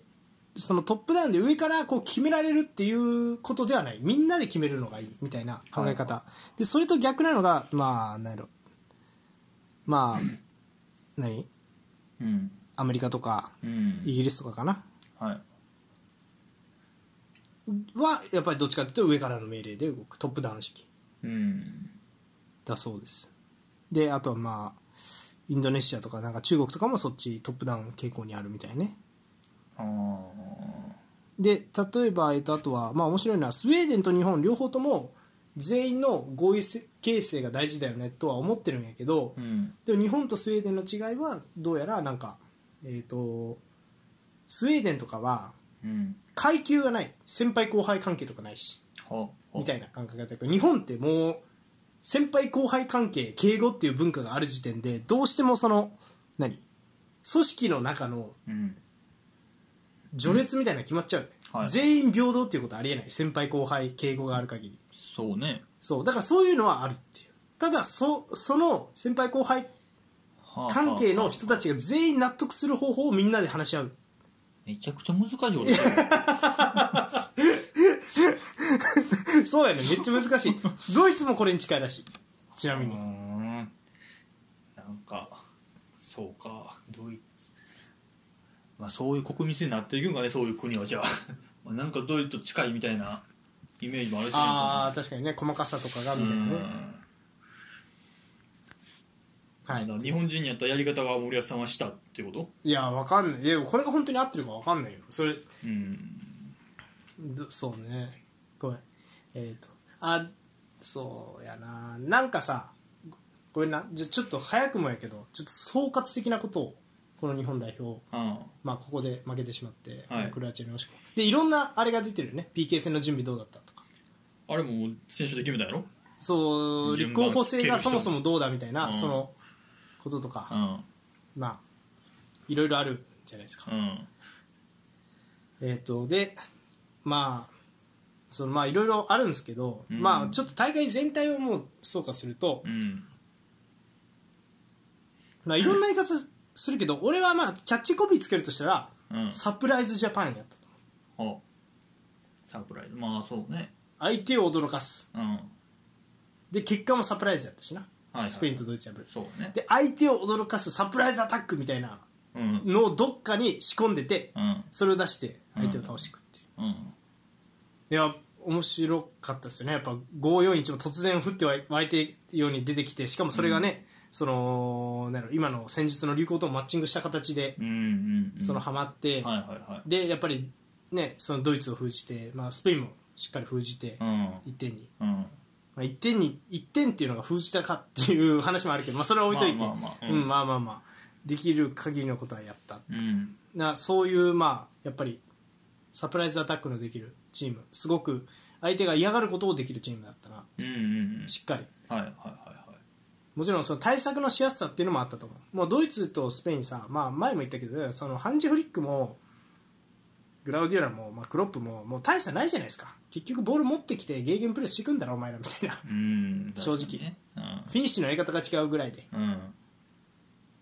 Speaker 1: そのトップダウンで上からこう決められるっていうことではないみんなで決めるのがいいみたいな考え方、でそれと逆なのがまあ何やろまあ何
Speaker 2: うん
Speaker 1: アメリカとか
Speaker 2: うん
Speaker 1: イギリスとかかな
Speaker 2: はい
Speaker 1: はやっぱりどっちかというと上からの命令で動くトップダウン式
Speaker 2: うん
Speaker 1: だそうですであとはまあインドネシアとかなんか中国とかもそっちトップダウン傾向にあるみたいね
Speaker 2: あー
Speaker 1: で例えば、えっと、あとはまあ面白いのはスウェーデンと日本両方とも全員の合意せ形成が大事だよねとは思ってるんやけど、
Speaker 2: うん
Speaker 1: でも日本とスウェーデンの違いはどうやらなんか、えー、とスウェーデンとかは
Speaker 2: うん
Speaker 1: 階級がない先輩後輩関係とかないし
Speaker 2: ほうほう
Speaker 1: みたいな感覚だけど日本ってもう先輩後輩関係敬語っていう文化がある時点でどうしてもその何組織の中の
Speaker 2: うん
Speaker 1: 序列みたいなの決まっちゃうよね、
Speaker 2: うんはい
Speaker 1: 全員平等っていうことはありえない先輩後輩敬語がある限り
Speaker 2: そうね
Speaker 1: そうだからそういうのはあるっていうただそその先輩後輩
Speaker 2: はあ
Speaker 1: 関係
Speaker 2: はあ
Speaker 1: の
Speaker 2: はあ
Speaker 1: 人たちが全員納得する方法をみんなで話し合う (laughs)
Speaker 2: めちゃくちゃ難しいことしてる
Speaker 1: そうやねめっちゃ難し
Speaker 2: (laughs)
Speaker 1: いドイツもこれに近いらしいちなみ
Speaker 2: うー
Speaker 1: に
Speaker 2: んなんかそうかドイツまあそういう国民性になっていくんかねそういう国はじゃあ (laughs) まあなんかドイツと近いみたいなイメージもあるしね
Speaker 1: ああ確かにね細かさとかがみたいなねは
Speaker 2: うん
Speaker 1: い
Speaker 2: 日本人にやったやり方が森保さんはしたってこと
Speaker 1: いやわかんないいやこれが本当に合ってるかわかんないよそれ
Speaker 2: うん
Speaker 1: どそうねごめんえっ、とあそうやななんかさごめんなじゃちょっと早くもやけどちょっと総括的なことをこの日本代表
Speaker 2: あ
Speaker 1: まあ、ここで負けてしまって、
Speaker 2: はい
Speaker 1: クロアチアに惜しくもでいろんなあれが出てるよね PK 戦の準備どうだったとか
Speaker 2: あれも選手で決めたんやろ
Speaker 1: そう立
Speaker 2: 順番
Speaker 1: 候補制がそもそもどうだみたいな、
Speaker 2: うん
Speaker 1: そのことと
Speaker 2: う
Speaker 1: か、
Speaker 2: ん
Speaker 1: まあいろいろあるじゃないですか、
Speaker 2: うん
Speaker 1: えっ、とでまあそのまあいろいろあるんですけど、
Speaker 2: うん
Speaker 1: まあちょっと大会全体をもう総括すると、
Speaker 2: うん
Speaker 1: まあいろんな言い方するけど俺はまあキャッチコピーつけるとしたら、
Speaker 2: うん
Speaker 1: サプライズジャパンやと
Speaker 2: あサプライズまあそうね
Speaker 1: 相手を驚かす
Speaker 2: うん
Speaker 1: で結果もサプライズやったしな、
Speaker 2: はいはい
Speaker 1: スペインとドイツ破る
Speaker 2: そうね
Speaker 1: で相手を驚かすサプライズアタックみたいな
Speaker 2: うん
Speaker 1: のをどっかに仕込んでて
Speaker 2: うん
Speaker 1: それを出して相手を倒していくっていう、
Speaker 2: うん
Speaker 1: いや面白かったですよねやっぱ541も突然降って湧いてように出てきてしかもそれがね、そのなんやろ今の戦術の流行ともマッチングした形で
Speaker 2: うんうんうん
Speaker 1: そのハマって、
Speaker 2: はいはいはい
Speaker 1: でやっぱりねそのドイツを封じて、まあ、スペインもしっかり封じて
Speaker 2: うん
Speaker 1: 1点に、
Speaker 2: うん
Speaker 1: まあ、1点に一点っていうのが封じたかっていう話もあるけど、まあ、それは置いといて
Speaker 2: まあまあまあ
Speaker 1: う
Speaker 2: うん
Speaker 1: んまあまあまあできる限りのことはやった
Speaker 2: うん
Speaker 1: なそういうまあやっぱりサプライズアタックのできるチームすごく相手が嫌がることをできるチームだったな
Speaker 2: うんうんうん
Speaker 1: しっかり
Speaker 2: はいはいはいはい
Speaker 1: もちろんその対策のしやすさっていうのもあったと思うもうドイツとスペインさ、まあ、前も言ったけどそのハンジ・フリックもグラウディオラも、まあ、クロップももう大差ないじゃないですか結局ボール持ってきてゲーゲンプレスしていくんだろお前らみたいな
Speaker 2: うん
Speaker 1: 正直
Speaker 2: 確かにね
Speaker 1: フィニッシュのやり方が違うぐらいでっ
Speaker 2: うんうん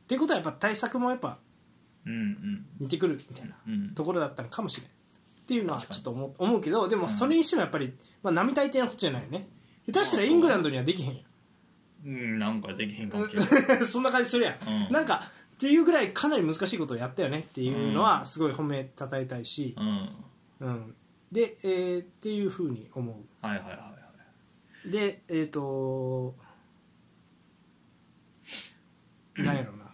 Speaker 1: てことはやっぱ対策もやっぱ
Speaker 2: うん
Speaker 1: 似てくるみたいな
Speaker 2: うんうん
Speaker 1: ところだったのかもしれないっていうのは
Speaker 2: 確か
Speaker 1: ちょ
Speaker 2: に
Speaker 1: っと思う思うけどで
Speaker 2: う
Speaker 1: も
Speaker 2: ん
Speaker 1: それにしてもやっぱり、まあ、並大抵なことじゃないよね下手したらイングランドにはできへんや
Speaker 2: うんなんかできへんかもしれない
Speaker 1: ん (laughs) そんな感じするやん、
Speaker 2: うん
Speaker 1: なんかっていうぐらいかなり難しいことをやったよねっていうの
Speaker 2: う
Speaker 1: はすごい褒めたたえたいし
Speaker 2: う、ん
Speaker 1: うん、で、えーっていうふうに思
Speaker 2: はいはいはいはいう
Speaker 1: でえっ、となんやろうな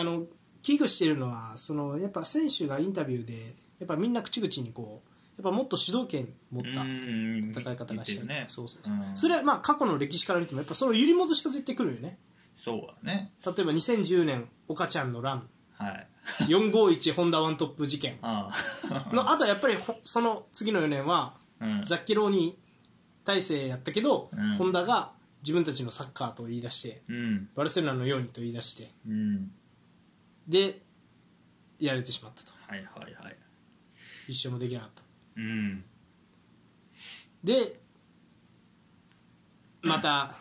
Speaker 1: あの危惧してるのはそのやっぱ選手がインタビューでやっぱみんな口々にこうやっぱもっと主導権持った
Speaker 2: うん
Speaker 1: 戦い方がし
Speaker 2: 見て
Speaker 1: た
Speaker 2: る
Speaker 1: い、
Speaker 2: ね
Speaker 1: そうそうそう、
Speaker 2: うん
Speaker 1: それはまあ過去の歴史から見てもやっぱその揺り戻しが絶対来るよね
Speaker 2: そうだね
Speaker 1: 例えば2010年岡ちゃんの乱
Speaker 2: はい
Speaker 1: 451ホンダワントップ事
Speaker 2: (laughs)
Speaker 1: 件
Speaker 2: あ
Speaker 1: のあとはやっぱりほその次の4年は
Speaker 2: あうん
Speaker 1: ザッケローニ体制やったけど、
Speaker 2: うん
Speaker 1: ホンダが自分たちのサッカーと言い出して
Speaker 2: うん
Speaker 1: バルセロナのようにと言い出して
Speaker 2: うん
Speaker 1: でやれてしまったと
Speaker 2: はいはいはい
Speaker 1: 一生もできなかった
Speaker 2: うん
Speaker 1: でまた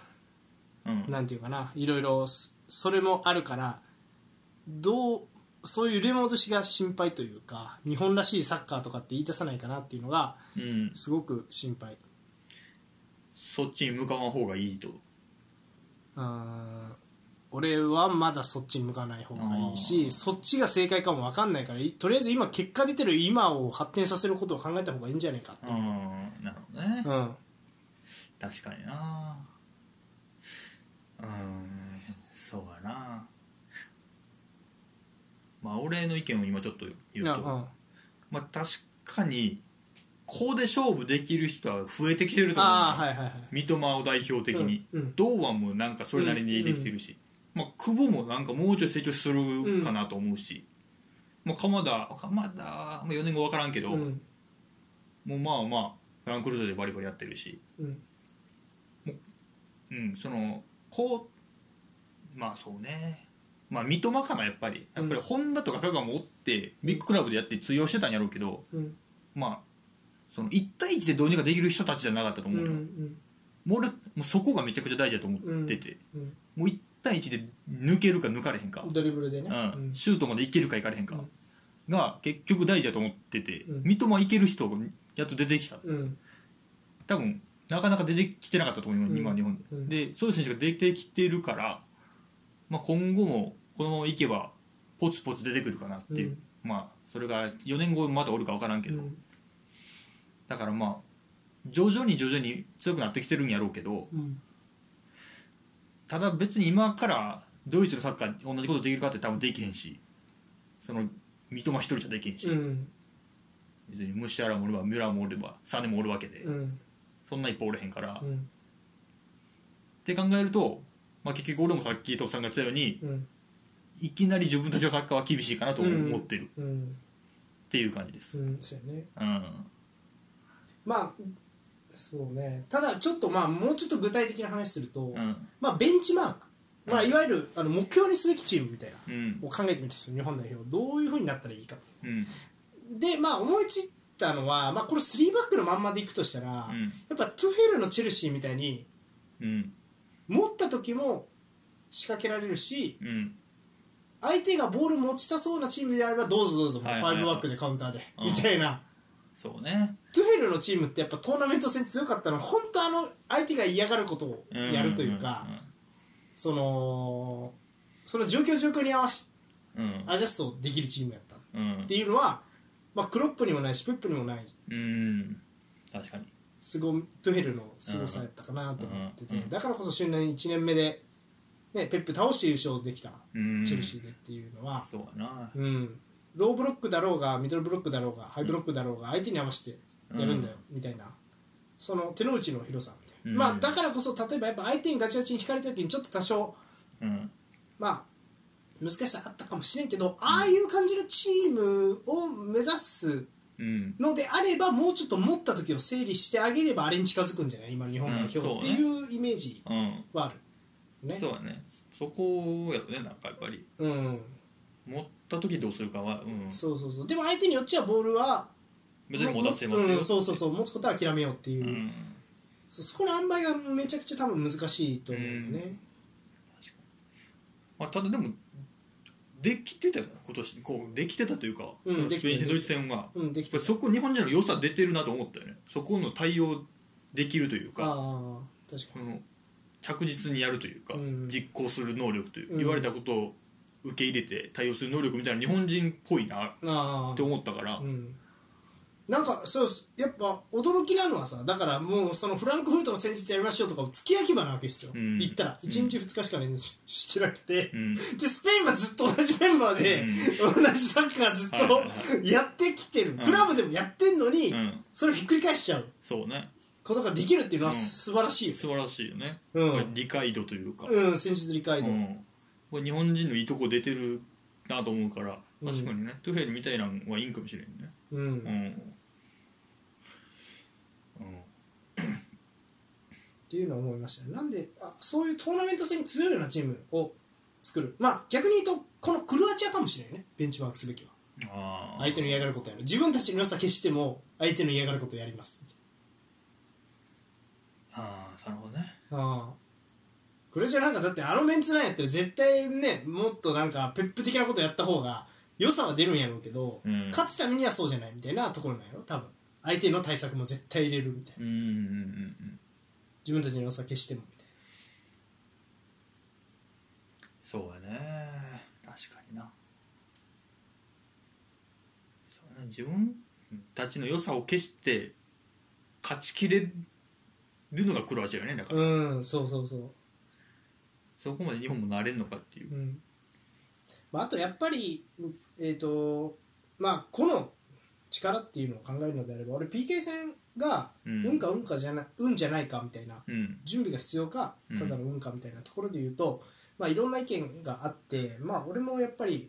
Speaker 2: うん
Speaker 1: なんていうかないろいろそそれもあるからどうそういう揺れ戻しが心配というか日本らしいサッカーとかって言い出さないかなっていうのが
Speaker 2: うん
Speaker 1: すごく心配
Speaker 2: そっちに向かわん方がいいと
Speaker 1: うーん俺はまだそっちに向かない方がいい
Speaker 2: あー
Speaker 1: しそっちが正解かも分かんないからいとりあえず今結果出てる今を発展させることを考えた方がいいんじゃないか
Speaker 2: う
Speaker 1: と、
Speaker 2: んなるほどね
Speaker 1: うん
Speaker 2: 確かになうーんそうやなまあ俺の意見を今ちょっと言うと
Speaker 1: あ
Speaker 2: まあ確かにこうで勝負できる人は増えてきてると思う
Speaker 1: あー
Speaker 2: よ
Speaker 1: はいはいはい
Speaker 2: 三笘を代表的に、
Speaker 1: うんうん
Speaker 2: 堂安もなんかそれなりにできてるし、まあ、久保もなんかもうちょい成長するかなと思うし、まあ、鎌田鎌田、まあ、4年後分からんけど、
Speaker 1: うん
Speaker 2: もうまあまあフランクフルトでバリバリやってるし、
Speaker 1: うん
Speaker 2: うん、そのこうまあそうねまあ三笘かなやっぱりやっぱり本田とか香川もおってビッグクラブでやって通用してたんやろうけど
Speaker 1: うん
Speaker 2: まあその1対1でどうにかできる人たちじゃなかったと
Speaker 1: うん
Speaker 2: 思うよ、もう俺もうそこがめちゃくちゃ大事だと思ってて、
Speaker 1: うん
Speaker 2: もう1対1で抜けるか抜かれへんか、
Speaker 1: ドリブルでね
Speaker 2: う
Speaker 1: うんん、
Speaker 2: シュートまでいけるかいかれへんか、が結局大事だと思ってて、
Speaker 1: うん
Speaker 2: 三笘いける人がやっと出てきた
Speaker 1: うん
Speaker 2: 多分なかなか出てきてなかったと思う、
Speaker 1: うん
Speaker 2: 今日本で,、
Speaker 1: うん
Speaker 2: でそういう選手が出てきてるから、まあ、今後もこのままいけばポツポツ出てくるかなっていう、
Speaker 1: うん
Speaker 2: まあそれが4年後まだおるか分からんけ
Speaker 1: う
Speaker 2: ど、
Speaker 1: ん
Speaker 2: だからまあ徐々に徐々に強くなってきてるんやろうけど
Speaker 1: うん
Speaker 2: ただ別に今からドイツのサッカーに同じことできるかって多分できへんしその三笘一人じゃできへんし、
Speaker 1: うん
Speaker 2: 別にムシアラもおればミュラーもおればサネもおるわけで、
Speaker 1: うん
Speaker 2: そんないっぱいおれへんから、
Speaker 1: う
Speaker 2: っ
Speaker 1: ん
Speaker 2: て考えると、まあ、結局俺もさっき伊藤さんが言ってたように
Speaker 1: うん
Speaker 2: いきなり自分たちのサッカーは厳しいかなと思ってる
Speaker 1: うん
Speaker 2: っていう感じです。
Speaker 1: うんそうやね
Speaker 2: うん。
Speaker 1: まあそうねただちょっとまあもうちょっと具体的な話すると
Speaker 2: うん。
Speaker 1: まあベンチマークまあ
Speaker 2: うん
Speaker 1: いわゆるあの目標にすべきチームみたいな
Speaker 2: うん。
Speaker 1: を考えてみたんですよ日本代表どういうふうになったらいいかって
Speaker 2: うん。
Speaker 1: でまあ思いついたのはまあこれ3バックのまんまでいくとしたらや
Speaker 2: うん
Speaker 1: っぱトゥヘルのチェルシーみたいに
Speaker 2: うん。
Speaker 1: 持った時も仕掛けられるし
Speaker 2: うん。
Speaker 1: 相手がボール持ちたそうなチームであればどうぞどうぞフ
Speaker 2: はい
Speaker 1: ァイ
Speaker 2: はいはい
Speaker 1: ブバックでカウンターで
Speaker 2: うん
Speaker 1: みたいな
Speaker 2: そうね。
Speaker 1: トゥヘルのチームってやっぱトーナメント戦強かったのは本当あの相手が嫌がることを
Speaker 2: ん
Speaker 1: やるというかそのその状況状況に合わせ
Speaker 2: うん。うん。
Speaker 1: アジャストできるチームやったっ
Speaker 2: うん
Speaker 1: て。いうのは、まあ、クロップにもないしプップにもない
Speaker 2: うん。確かに。
Speaker 1: すごトゥヘルのすごさやったかなと思ってて、
Speaker 2: うんうん
Speaker 1: だからこそ就任1年目で、ね、ペップ倒して優勝できた
Speaker 2: うん。
Speaker 1: チェルシーでっていうのは、
Speaker 2: そうやな。
Speaker 1: うんローブロックだろうがミドルブロックだろうがハイブロックだろうが相手に合わせてやるんだよ、みたいなその手の内の広さみたいな、
Speaker 2: うん
Speaker 1: まあ、だからこそ例えばやっぱ相手にガチガチに引かれた時にちょっと多少
Speaker 2: うん。
Speaker 1: まあ難しさあったかもしれんけどああいう感じのチームを目指す
Speaker 2: うん。
Speaker 1: のであればもうちょっと持った時を整理してあげればあれに近づくんじゃない今日本代表っ
Speaker 2: うんそう
Speaker 1: て
Speaker 2: ね
Speaker 1: いうイメージ
Speaker 2: うん。
Speaker 1: はある、ね
Speaker 2: そうやね。そこやろね、なんかやっぱり。
Speaker 1: うん、
Speaker 2: 持った時どうするかは、うん。
Speaker 1: そうそうそうでも相手によっちゃボールは
Speaker 2: 別に持たせますよ。
Speaker 1: うん、そうそうそう持つことは諦めようっていう、
Speaker 2: うん。
Speaker 1: そそこの塩梅がめちゃくちゃ多分難しいと思うよね、
Speaker 2: まあ、ただでも、できてたよな、今年。こう、できてたというか、
Speaker 1: うんでき
Speaker 2: ス
Speaker 1: て
Speaker 2: ペイ
Speaker 1: る
Speaker 2: ン戦、ドイツ戦は。
Speaker 1: うんでき
Speaker 2: こ
Speaker 1: て
Speaker 2: れそこ日本人の良さ出てるなと思ったよねそこの対応できるという
Speaker 1: あ
Speaker 2: か
Speaker 1: あ確か
Speaker 2: この着実にやるというか、
Speaker 1: うん
Speaker 2: 実行する能力という、
Speaker 1: うん
Speaker 2: 言われたことを受け入れて対応する能力みたいな日本人っぽいなっ
Speaker 1: にあ
Speaker 2: て
Speaker 1: あ
Speaker 2: 思ったから、
Speaker 1: うんなんかそうやっぱ驚きなのはさだからもうそのフランクフルトの戦術やりましょうとか付き焼き場なわけですよ、
Speaker 2: うん
Speaker 1: 言ったら1日2日しか連日してなくて、
Speaker 2: うん
Speaker 1: でスペインはずっと同じメンバーで、同じサッカーずっ
Speaker 2: はいはい
Speaker 1: とやってきてる、
Speaker 2: ん
Speaker 1: クラブでもやってんのに、
Speaker 2: うん
Speaker 1: それをひっくり返しちゃう
Speaker 2: そうね
Speaker 1: ことができるっていうのは
Speaker 2: うん
Speaker 1: 素晴らしいよ、
Speaker 2: 素晴らしいよね、
Speaker 1: うん
Speaker 2: これ理解度というか、
Speaker 1: うん、戦術理解度、
Speaker 2: うんこれ日本人のいいとこ出てるなと思うから
Speaker 1: うん
Speaker 2: 確かにね、トゥヘルみたいなのはいいんかもしれんね
Speaker 1: うん
Speaker 2: うん、うん
Speaker 1: っていうのを思いましたねなんであそういうトーナメント戦に強いようなチームを作るまあ逆に言うとこのクロアチアかもしれないねベンチマークすべきは
Speaker 2: あー
Speaker 1: 相手の嫌がることやる自分たちの良さ消しても相手の嫌がることやります
Speaker 2: ああなるほどね
Speaker 1: ああクロアチアなんかだってあのメンツなんやったら絶対ねもっとなんかペップ的なことやった方が良さは出るんやろうけど、
Speaker 2: うん
Speaker 1: 勝つためにはそうじゃないみたいなところなんやろ多分相手の対策も絶対入れるみたいな
Speaker 2: うんうんうんうん
Speaker 1: 自分たちの良さ消してもみたい
Speaker 2: そうやね確かになそうやな自分たちの良さを消して勝ちきれるのがクロアチアよねだか
Speaker 1: な
Speaker 2: ら、
Speaker 1: うんそうそうそう
Speaker 2: そこまで日本もなれんのかっていう
Speaker 1: う、んまあ、あとやっぱり、えーとまあ、個の力っていうのを考えるのであれば俺 PK 戦が
Speaker 2: うん
Speaker 1: 運か運かじゃな、運じゃないかみたいな
Speaker 2: うん、
Speaker 1: 準備が必要か
Speaker 2: うん
Speaker 1: ただの運かみたいなところで言うと、まあ、いろんな意見があって、まあ、俺もやっぱり、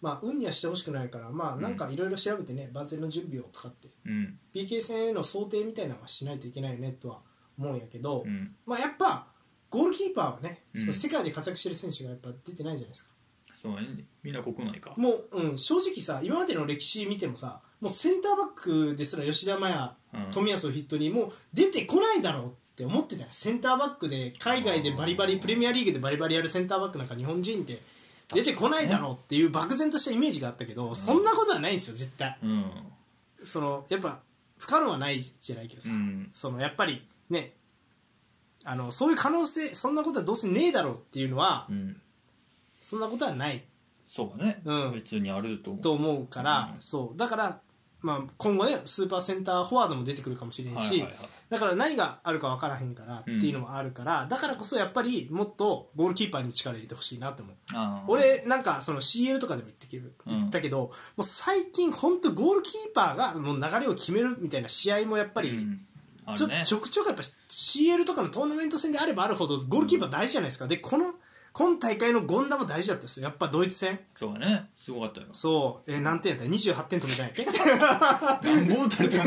Speaker 1: まあ、運にはしてほしくないから、まあ、なんかいろいろ調べてね万全の準備をとかって
Speaker 2: うん、
Speaker 1: PK 戦への想定みたいなのはしないといけないよねとは思うんやけど、
Speaker 2: うん、
Speaker 1: まあ、やっぱゴールキーパーはね、
Speaker 2: うん
Speaker 1: その世界で活躍してる選手がやっぱ出てないじゃないですか。
Speaker 2: そうね、みんな国内か、
Speaker 1: もう、うん、正直さ今までの歴史見てもさもうセンターバックですら吉田麻也、
Speaker 2: うん
Speaker 1: 冨安を筆頭にもう出てこないだろうって思ってたよセンターバックで海外でバリバリプレミアリーグでバリバリやるセンターバックなんか日本人って出てこないだろうっていう漠然としたイメージがあったけど、そんなことはないんですよ絶対
Speaker 2: うん、
Speaker 1: そのやっぱ不可能はないじゃないけど
Speaker 2: う
Speaker 1: さ、
Speaker 2: ん、
Speaker 1: そのやっぱりねあのそういう可能性そんなことはどうせねえだろうっていうのは、
Speaker 2: うん、
Speaker 1: そんなことはない
Speaker 2: そうだね、
Speaker 1: うん
Speaker 2: 別にあると思う、
Speaker 1: と思うから、
Speaker 2: うん
Speaker 1: そうだから、まあ、今後ねスーパーセンターフォワードも出てくるかもしれんし、
Speaker 2: はいはいはい、
Speaker 1: だから何があるか分からへんからっていうのもあるから、だからこそやっぱりもっとゴールキーパーに力入れてほしいなと思う、
Speaker 2: あー、
Speaker 1: 俺なんかその CL とかでも言ってける
Speaker 2: うん
Speaker 1: 言ったけど、もう最近本当ゴールキーパーがもう流れを決めるみたいな試合もやっぱり、
Speaker 2: うん、あ
Speaker 1: ちょ
Speaker 2: るね
Speaker 1: ちょくちょくやっぱ CL とかのトーナメント戦であればあるほどゴールキーパー大事じゃないですか、でこの今大会の権田も大事だったんですよやっぱドイツ戦
Speaker 2: そうだね、すごかったよ、
Speaker 1: そう、えー何点やった ?28 点止めたんやっけ
Speaker 2: (laughs) 暖房垂れてる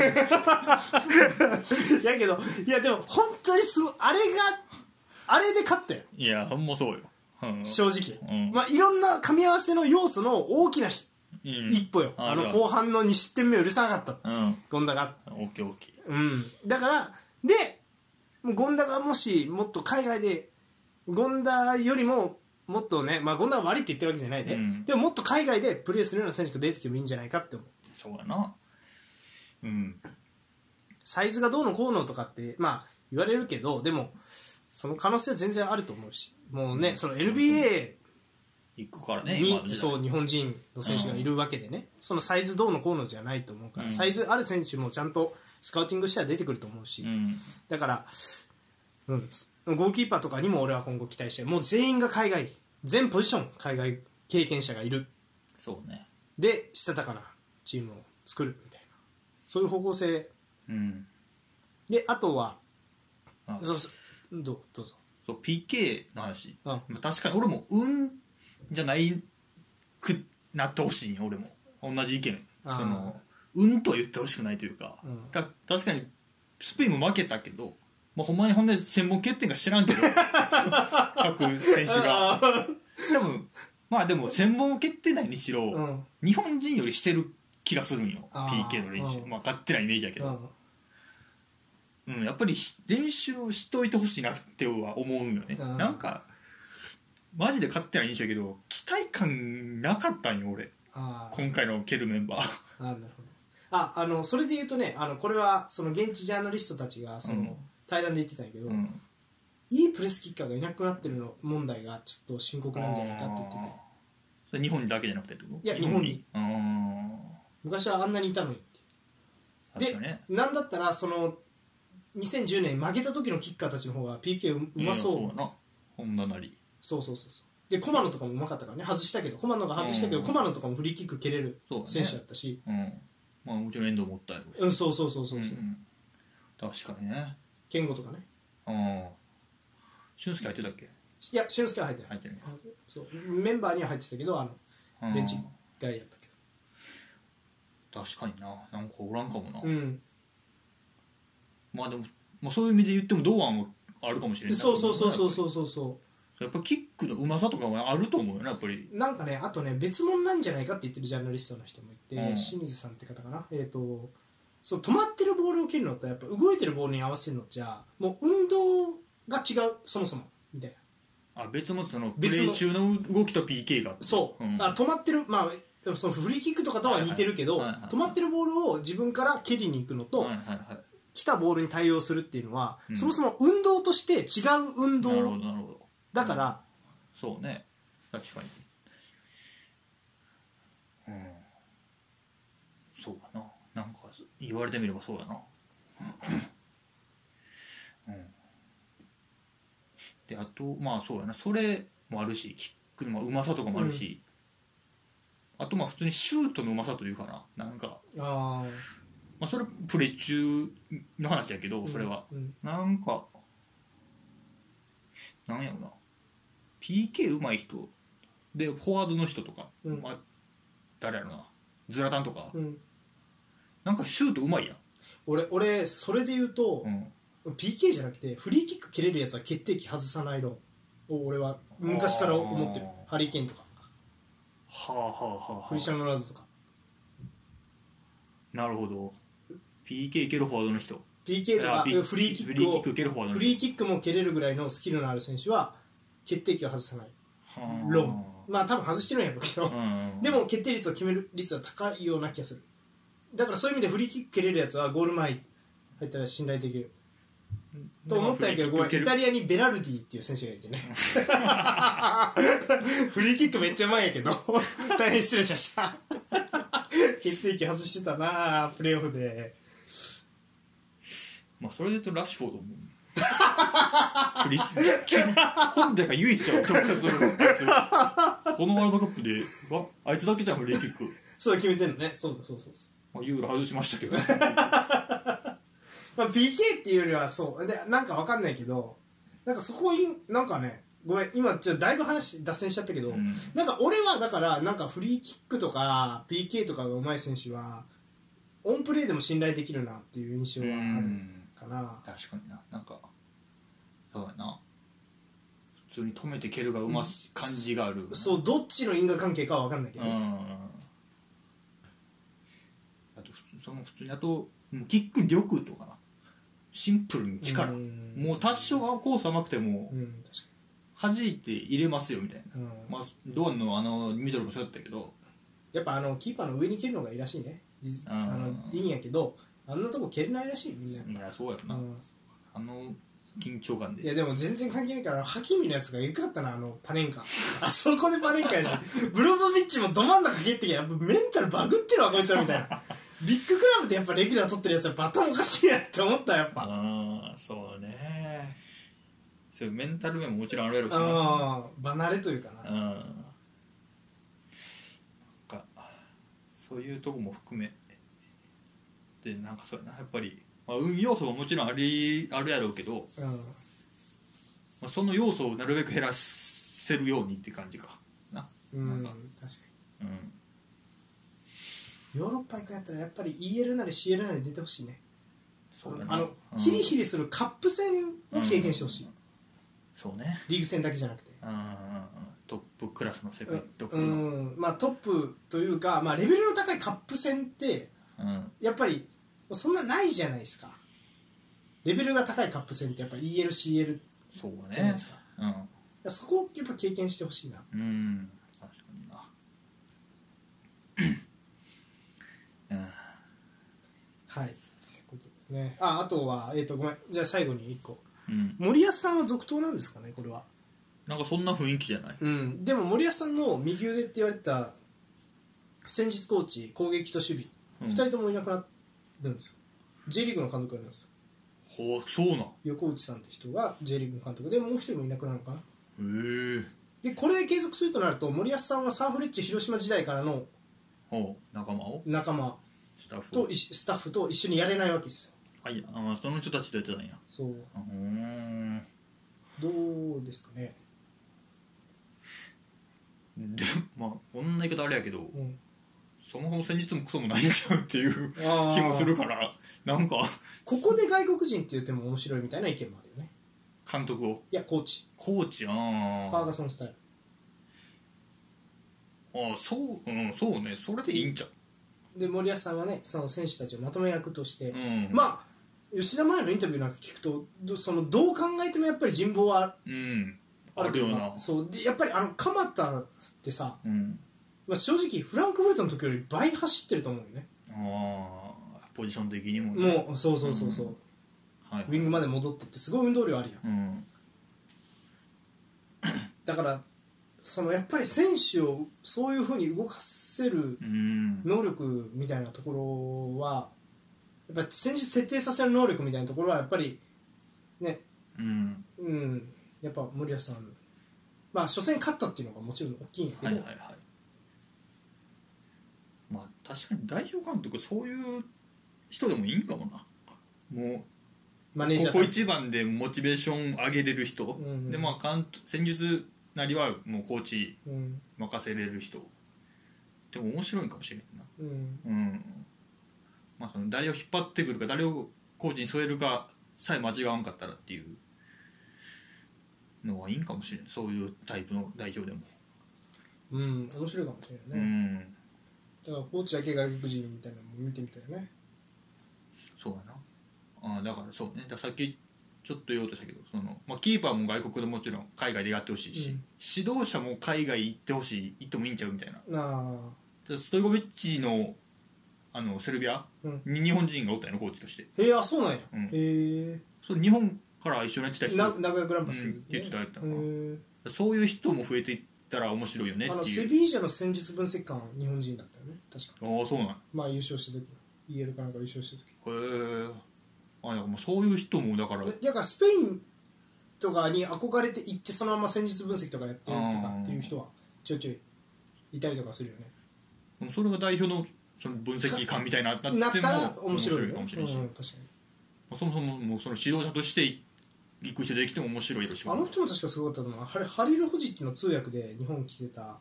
Speaker 1: やけど、いやでも本当にすごい、あれが、あれで勝ったよ、
Speaker 2: (laughs) いや、ほんまそうよ、うん、
Speaker 1: 正直。
Speaker 2: うん
Speaker 1: まあいろんな組み合わせの要素の大きなひ、
Speaker 2: うん
Speaker 1: 一歩よ。
Speaker 2: あ
Speaker 1: あ
Speaker 2: る
Speaker 1: の後半の2失点目を許さなかった。
Speaker 2: うん、
Speaker 1: 権田が。
Speaker 2: オッケーオッケ
Speaker 1: うん。だから、で、もう権田がもしもっと海外で、権田よりも、もっとね、まあ、権田が悪いって言ってるわけじゃないで、
Speaker 2: うん
Speaker 1: でももっと海外でプレーするような選手が出てきてもいいんじゃないかって思う。
Speaker 2: ー、そうやな、うん、
Speaker 1: サイズがどうのこうのとかって、まあ、言われるけどでもその可能性は全然あると思うしもうね、その NBA
Speaker 2: 行くからね、
Speaker 1: に、
Speaker 2: の時代
Speaker 1: そう日本人の選手がいるわけでね、そのサイズどうのこうのじゃないと思うから、
Speaker 2: うん
Speaker 1: サイズある選手もちゃんとスカウティングしたら出てくると思うし、
Speaker 2: うん、
Speaker 1: だから、うん、ゴールキーパーとかにも俺は今後期待してもう全員が海外全ポジション海外経験者がいる
Speaker 2: そうね、
Speaker 1: でしたたかなチームを作るみたいなそういう方向性
Speaker 2: うん、
Speaker 1: であとは
Speaker 2: あ
Speaker 1: そうそうどうどうぞ
Speaker 2: そう PK の話、
Speaker 1: うん
Speaker 2: まあ確かに俺も運じゃないくなってほしいんよ俺も同じ意見そ
Speaker 1: あー
Speaker 2: の運とは言ってほしくないというか,
Speaker 1: う
Speaker 2: た、
Speaker 1: ん
Speaker 2: 確かにスペインも負けたけど、まあ、ほんまにほんで専門欠点か知らん
Speaker 1: (laughs)
Speaker 2: けど各選手が多分まあでも専門欠点ないにしろ、
Speaker 1: うん
Speaker 2: 日本人よりしてる気がするんよ
Speaker 1: あー
Speaker 2: PK の練習
Speaker 1: うん
Speaker 2: まあ勝手なイメージやけ
Speaker 1: う
Speaker 2: ど、
Speaker 1: ん
Speaker 2: うん、やっぱりし練習をしといてほしいなっては思うんよね、
Speaker 1: うん
Speaker 2: なんかマジで勝手な印象やけど期待感なかったんよ俺
Speaker 1: あー
Speaker 2: 今回の蹴るメンバー
Speaker 1: あーなるほどああのそれで言うとねあのこれはその現地ジャーナリストたちがその、
Speaker 2: うん
Speaker 1: 対談で言ってたんやけど、
Speaker 2: うん
Speaker 1: いいプレスキッカーがいなくなってるの問題がちょっと深刻なんじゃないかって言ってて
Speaker 2: それ日本だけじゃなくてってこと
Speaker 1: いや日本に
Speaker 2: 日本に
Speaker 1: 昔はあんなにいたのにって
Speaker 2: うん確
Speaker 1: で、
Speaker 2: かね
Speaker 1: なんだったらその2010年負けた時のキッカーたちの方が PK ううまそう,、
Speaker 2: んやな本田なり
Speaker 1: そうそうそうそうで駒野とかもうまかったからね外したけど駒野が外したけど、
Speaker 2: うん
Speaker 1: 駒野とかもフリーキック蹴れる
Speaker 2: そうだね
Speaker 1: 選手だったし
Speaker 2: うんまあもちろん遠藤もったやろうし
Speaker 1: うんそうそうそうそうそう、
Speaker 2: うんうん確かにね
Speaker 1: 健吾とかね
Speaker 2: うん俊介入ってたっけ
Speaker 1: いや俊介は入ってない
Speaker 2: 入ってないか
Speaker 1: そうメンバーには入ってたけどあ
Speaker 2: う
Speaker 1: の
Speaker 2: ん
Speaker 1: ベンチ外やったけ
Speaker 2: 確かにななんかおらんかもな、
Speaker 1: ど、うん、
Speaker 2: まあでも、まあ、そういう意味で言っても堂安はあるかもしれない
Speaker 1: そうそうそうそう
Speaker 2: う
Speaker 1: そうそうそ
Speaker 2: やっぱりキックのうまさとかはあると思うよなやっぱり
Speaker 1: うなんかねあとね別物なんじゃないかって言ってるジャーナリストの人もいて、
Speaker 2: うん
Speaker 1: 清水さんって方かなえっ、とそう止まってるボールを蹴るのとやっぱ動いてるボールに合わせるのじゃもう運動が違うそもそもみたいな
Speaker 2: あ別のそのプレ
Speaker 1: 別の
Speaker 2: ー中の動きと PK が
Speaker 1: そう、
Speaker 2: うん
Speaker 1: あ止まってるまあそのフリーキックとかとは似てるけど、
Speaker 2: はいはいはいはい
Speaker 1: 止まってるボールを自分から蹴りに行くのと、
Speaker 2: はいはいはい
Speaker 1: 来たボールに対応するっていうのは、
Speaker 2: うん
Speaker 1: そもそも運動として違う運
Speaker 2: なるほ
Speaker 1: 動
Speaker 2: どなるほど
Speaker 1: だから、
Speaker 2: そうね確かにうんそうだななんか言われてみればそうだなうんでであとまあそうやなそれもあるしキックのうまさとかもあるし、あとまあ普通にシュートのうまさというかななんか、
Speaker 1: ああ
Speaker 2: まあ、それプレー中の話やけどそれは、
Speaker 1: うん
Speaker 2: なんかなんやろな PK うまい人でフォワードの人とか、
Speaker 1: うん
Speaker 2: まあ、誰やろなズラタンとか、
Speaker 1: うん
Speaker 2: なんかシュートうまいやん、
Speaker 1: 俺俺それで言うと、
Speaker 2: うん、
Speaker 1: PK じゃなくてフリーキック蹴れるやつは決定機外さない論を俺は昔から思ってる
Speaker 2: あー
Speaker 1: ハリー・ケインとか
Speaker 2: はあはあはあ、は
Speaker 1: クリスチャン・ロナウドとか
Speaker 2: あ、なるほど PK 蹴るフォワードの人
Speaker 1: PK とか
Speaker 2: いや
Speaker 1: フリーキックを
Speaker 2: フリーキック蹴るフォワード
Speaker 1: フリーキックも蹴れるぐらいのスキルのある選手は決定機を外さない
Speaker 2: はあ
Speaker 1: 論まあ多分外してるんやろうけど、 (laughs)
Speaker 2: うん
Speaker 1: でも決定率を決める率は高いような気がするだからそういう意味でフリーキック蹴れるやつはゴール前入ったら信頼できると思ったんやけどご
Speaker 2: でも
Speaker 1: めんイタリアにベラルディっていう選手がいてね (laughs) フリーキックめっちゃうまいんやけど (laughs) 大変失礼しました決定機外してたなあプレーオフで
Speaker 2: まあそれで言うとラッシュフォードもフリーキック蹴る本体が唯
Speaker 1: (laughs)
Speaker 2: 一じゃん特化するのこのワールドカップでわあいつだけじゃんフリーキック、
Speaker 1: そう決めてんのねそうだそうそうそう
Speaker 2: まあ、ユーロ外しましたけど
Speaker 1: まあ、PK っていうよりはそうでなんかわかんないけどなんかそこになんかねごめん今ちょっとだいぶ話脱線しちゃったけど、
Speaker 2: うん
Speaker 1: なんか俺はだからなんかフリーキックとか PK とかが上手い選手はオンプレーでも信頼できるなっていう印象はあるかな、
Speaker 2: 確かにななんかそうやな普通に止めて蹴るがうます感じがある
Speaker 1: そうどっちの因果関係かは分かんないけ
Speaker 2: う
Speaker 1: ど、
Speaker 2: んあと普通その普通にあともうキック力とかなシンプルに力
Speaker 1: うん
Speaker 2: もう多少はコース甘くても
Speaker 1: うん確か
Speaker 2: 弾いて入れますよみたいな
Speaker 1: に、うん
Speaker 2: まあ、ドアのあのミドルもそうだったけど、
Speaker 1: やっぱあのキーパーの上に蹴るのがいいらしいねい
Speaker 2: うん
Speaker 1: あのいいんやけどあんなとこ蹴れないらしいみんなやっ
Speaker 2: いやそうやろ
Speaker 1: ぱ、
Speaker 2: な、
Speaker 1: うん
Speaker 2: あの緊張感
Speaker 1: いや
Speaker 2: で
Speaker 1: でも全然関係ないからハキミのやつがよかったなあのパレンカあそこでパレンカや
Speaker 2: (laughs)
Speaker 1: しブロゾビッチもど真ん中蹴ってきゃやっぱメンタルバグってるわこいつらみたいなビッグクラブでやっぱレギュラー取ってるやつはバタンおかしいなって思ったやっぱ
Speaker 2: ああそうねそういうメンタル面ももちろんあるやろうしな
Speaker 1: うん離れというか
Speaker 2: う
Speaker 1: なん
Speaker 2: なんかそういうとこも含めでなんかそうやなやっぱり、まあ、運要素ももちろんありあるやろうけど、
Speaker 1: うん
Speaker 2: まあ、その要素をなるべく減らせるようにって感じかな
Speaker 1: うん
Speaker 2: なん
Speaker 1: 確か
Speaker 2: か
Speaker 1: に
Speaker 2: うん
Speaker 1: ヨーロッパ行くんやったらやっぱり EL なり CL なり出てほしいね
Speaker 2: そうだな
Speaker 1: あの
Speaker 2: うん
Speaker 1: ヒリヒリするカップ戦を経験してほしい
Speaker 2: そうね
Speaker 1: リーグ戦だけじゃなくて
Speaker 2: うんうんうんトップクラスの世界トップ
Speaker 1: う
Speaker 2: のうん
Speaker 1: んまあトップというかまあレベルの高いカップ戦ってやっぱりそんなないじゃないですかレベルが高いカップ戦ってやっぱ ELCL
Speaker 2: そう
Speaker 1: じゃない
Speaker 2: ね
Speaker 1: ですか
Speaker 2: うん
Speaker 1: そこをやっぱ経験してほしいな
Speaker 2: うん確かにな
Speaker 1: はいってことでねああとはえっ、とごめんじゃあ最後に1個
Speaker 2: うん
Speaker 1: 森保さんは続投なんですかねこれは
Speaker 2: なんかそんな雰囲気じゃない
Speaker 1: うんでも森保さんの右腕って言われてた戦術コーチ攻撃と守備、
Speaker 2: うん
Speaker 1: 2人ともいなくなるんですよ J リーグの監督やるんですよ
Speaker 2: ほうそうなん
Speaker 1: 横内さんって人が J リーグの監督でもう1人もいなくなるのかな
Speaker 2: へえ
Speaker 1: でこれで継続するとなると森保さんはサンフレッチェ広島時代からの
Speaker 2: ほう仲間を
Speaker 1: 仲間
Speaker 2: スタッフ
Speaker 1: と
Speaker 2: を
Speaker 1: 一緒スタッフと一緒にやれないわけですよ
Speaker 2: はいああその人たちとやってたんや
Speaker 1: そう
Speaker 2: うーん
Speaker 1: どうですかね、
Speaker 2: でまあこんな言い方あれやけど
Speaker 1: うん、
Speaker 2: そもそも戦術もクソもないんちゃうっていう気
Speaker 1: あー
Speaker 2: もするからなんか
Speaker 1: ここで外国人って言っても面白いみたいな意見もあるよね
Speaker 2: 監督を
Speaker 1: いやコーチ
Speaker 2: コーチあ
Speaker 1: フ
Speaker 2: ー
Speaker 1: ァーガソンスタイル
Speaker 2: ああそううんそうねそれでいいんちゃう
Speaker 1: で森保さんはねその選手たちをまとめ役として、
Speaker 2: うん
Speaker 1: まあ吉田麻也のインタビューなんか聞くとどそのどう考えてもやっぱり人望は
Speaker 2: うん
Speaker 1: あ
Speaker 2: あ
Speaker 1: ると
Speaker 2: るよ
Speaker 1: いうう
Speaker 2: な
Speaker 1: かそうでやっぱりあの鎌田ってさ、
Speaker 2: うん
Speaker 1: まあ、正直フランクフルトの時より倍走ってると思うよね
Speaker 2: ああポジション的にもね
Speaker 1: もうそうそうそうそう、
Speaker 2: はい
Speaker 1: ウィングまで戻ってってすごい運動量あるやん
Speaker 2: うん
Speaker 1: だからそのやっぱり選手をそういうふうに動かせる
Speaker 2: うん
Speaker 1: 能力みたいなところはやっぱ戦術徹底させる能力みたいなところはやっぱりね
Speaker 2: うん
Speaker 1: うんやっぱ森保さん、まあ、初戦勝ったっていうのがもちろん大きいんやけ
Speaker 2: はい
Speaker 1: ど、
Speaker 2: はいはいまあ確かに代表監督そういう人でもいいんかもなも
Speaker 1: マ
Speaker 2: う
Speaker 1: ネージャ
Speaker 2: こ
Speaker 1: ー対
Speaker 2: こ一番でモチベーション上げれる人、
Speaker 1: んうん
Speaker 2: でまあ監督戦術なりはもうコーチ
Speaker 1: うん
Speaker 2: 任せれる人でも面白いんかもしれんな
Speaker 1: うん
Speaker 2: うんまあ、その誰を引っ張ってくるか誰をコーチに添えるかさえ間違わんかったらっていうのはいいんかもしれないそういうタイプの代表でも、
Speaker 1: うん面白いかもしれ
Speaker 2: う
Speaker 1: ないね、
Speaker 2: ん
Speaker 1: だからコーチだけ外国人みたいなのも見てみたいよね
Speaker 2: そうやなあーだからそうねだからさっきちょっと言おうとしたけどその、まあ、キーパーも外国でもちろん海外でやってほしいし、
Speaker 1: うん
Speaker 2: 指導者も海外行ってほしい行ってもいいんちゃうみたいな
Speaker 1: なあ
Speaker 2: でストイコビッチのあのセルビア
Speaker 1: うん
Speaker 2: に日本人がおったよねコーチとして
Speaker 1: へえあそうなんや、
Speaker 2: うん
Speaker 1: へえ
Speaker 2: それ日本から一緒にやってた人
Speaker 1: な名古屋グランパス、
Speaker 2: うん言ってた言ってた
Speaker 1: へえ
Speaker 2: そういう人も増えていったら面白いよね
Speaker 1: あの
Speaker 2: って
Speaker 1: セ
Speaker 2: いう。
Speaker 1: ビージャの戦術分析官は日本人だったよね確か
Speaker 2: ああ、そうなん。へ
Speaker 1: まあ優勝した時 EL かなんか優勝した時
Speaker 2: え。あだからもうそういう人もだから、
Speaker 1: だからスペインとかに憧れて行ってそのまま戦術分析とかやってるとかっていう人はちょいちょいいたりとかするよね
Speaker 2: でもそれが代表のその分析官みたいななっても
Speaker 1: なったら面白いよね
Speaker 2: かもしれないし、
Speaker 1: うんう
Speaker 2: ま
Speaker 1: ん確か
Speaker 2: あそもそももうその指導者として行く人できても面白いでし
Speaker 1: に
Speaker 2: ょ
Speaker 1: あの人も確かすごかったのはハリハリル・ホジッチの通訳で日本来てた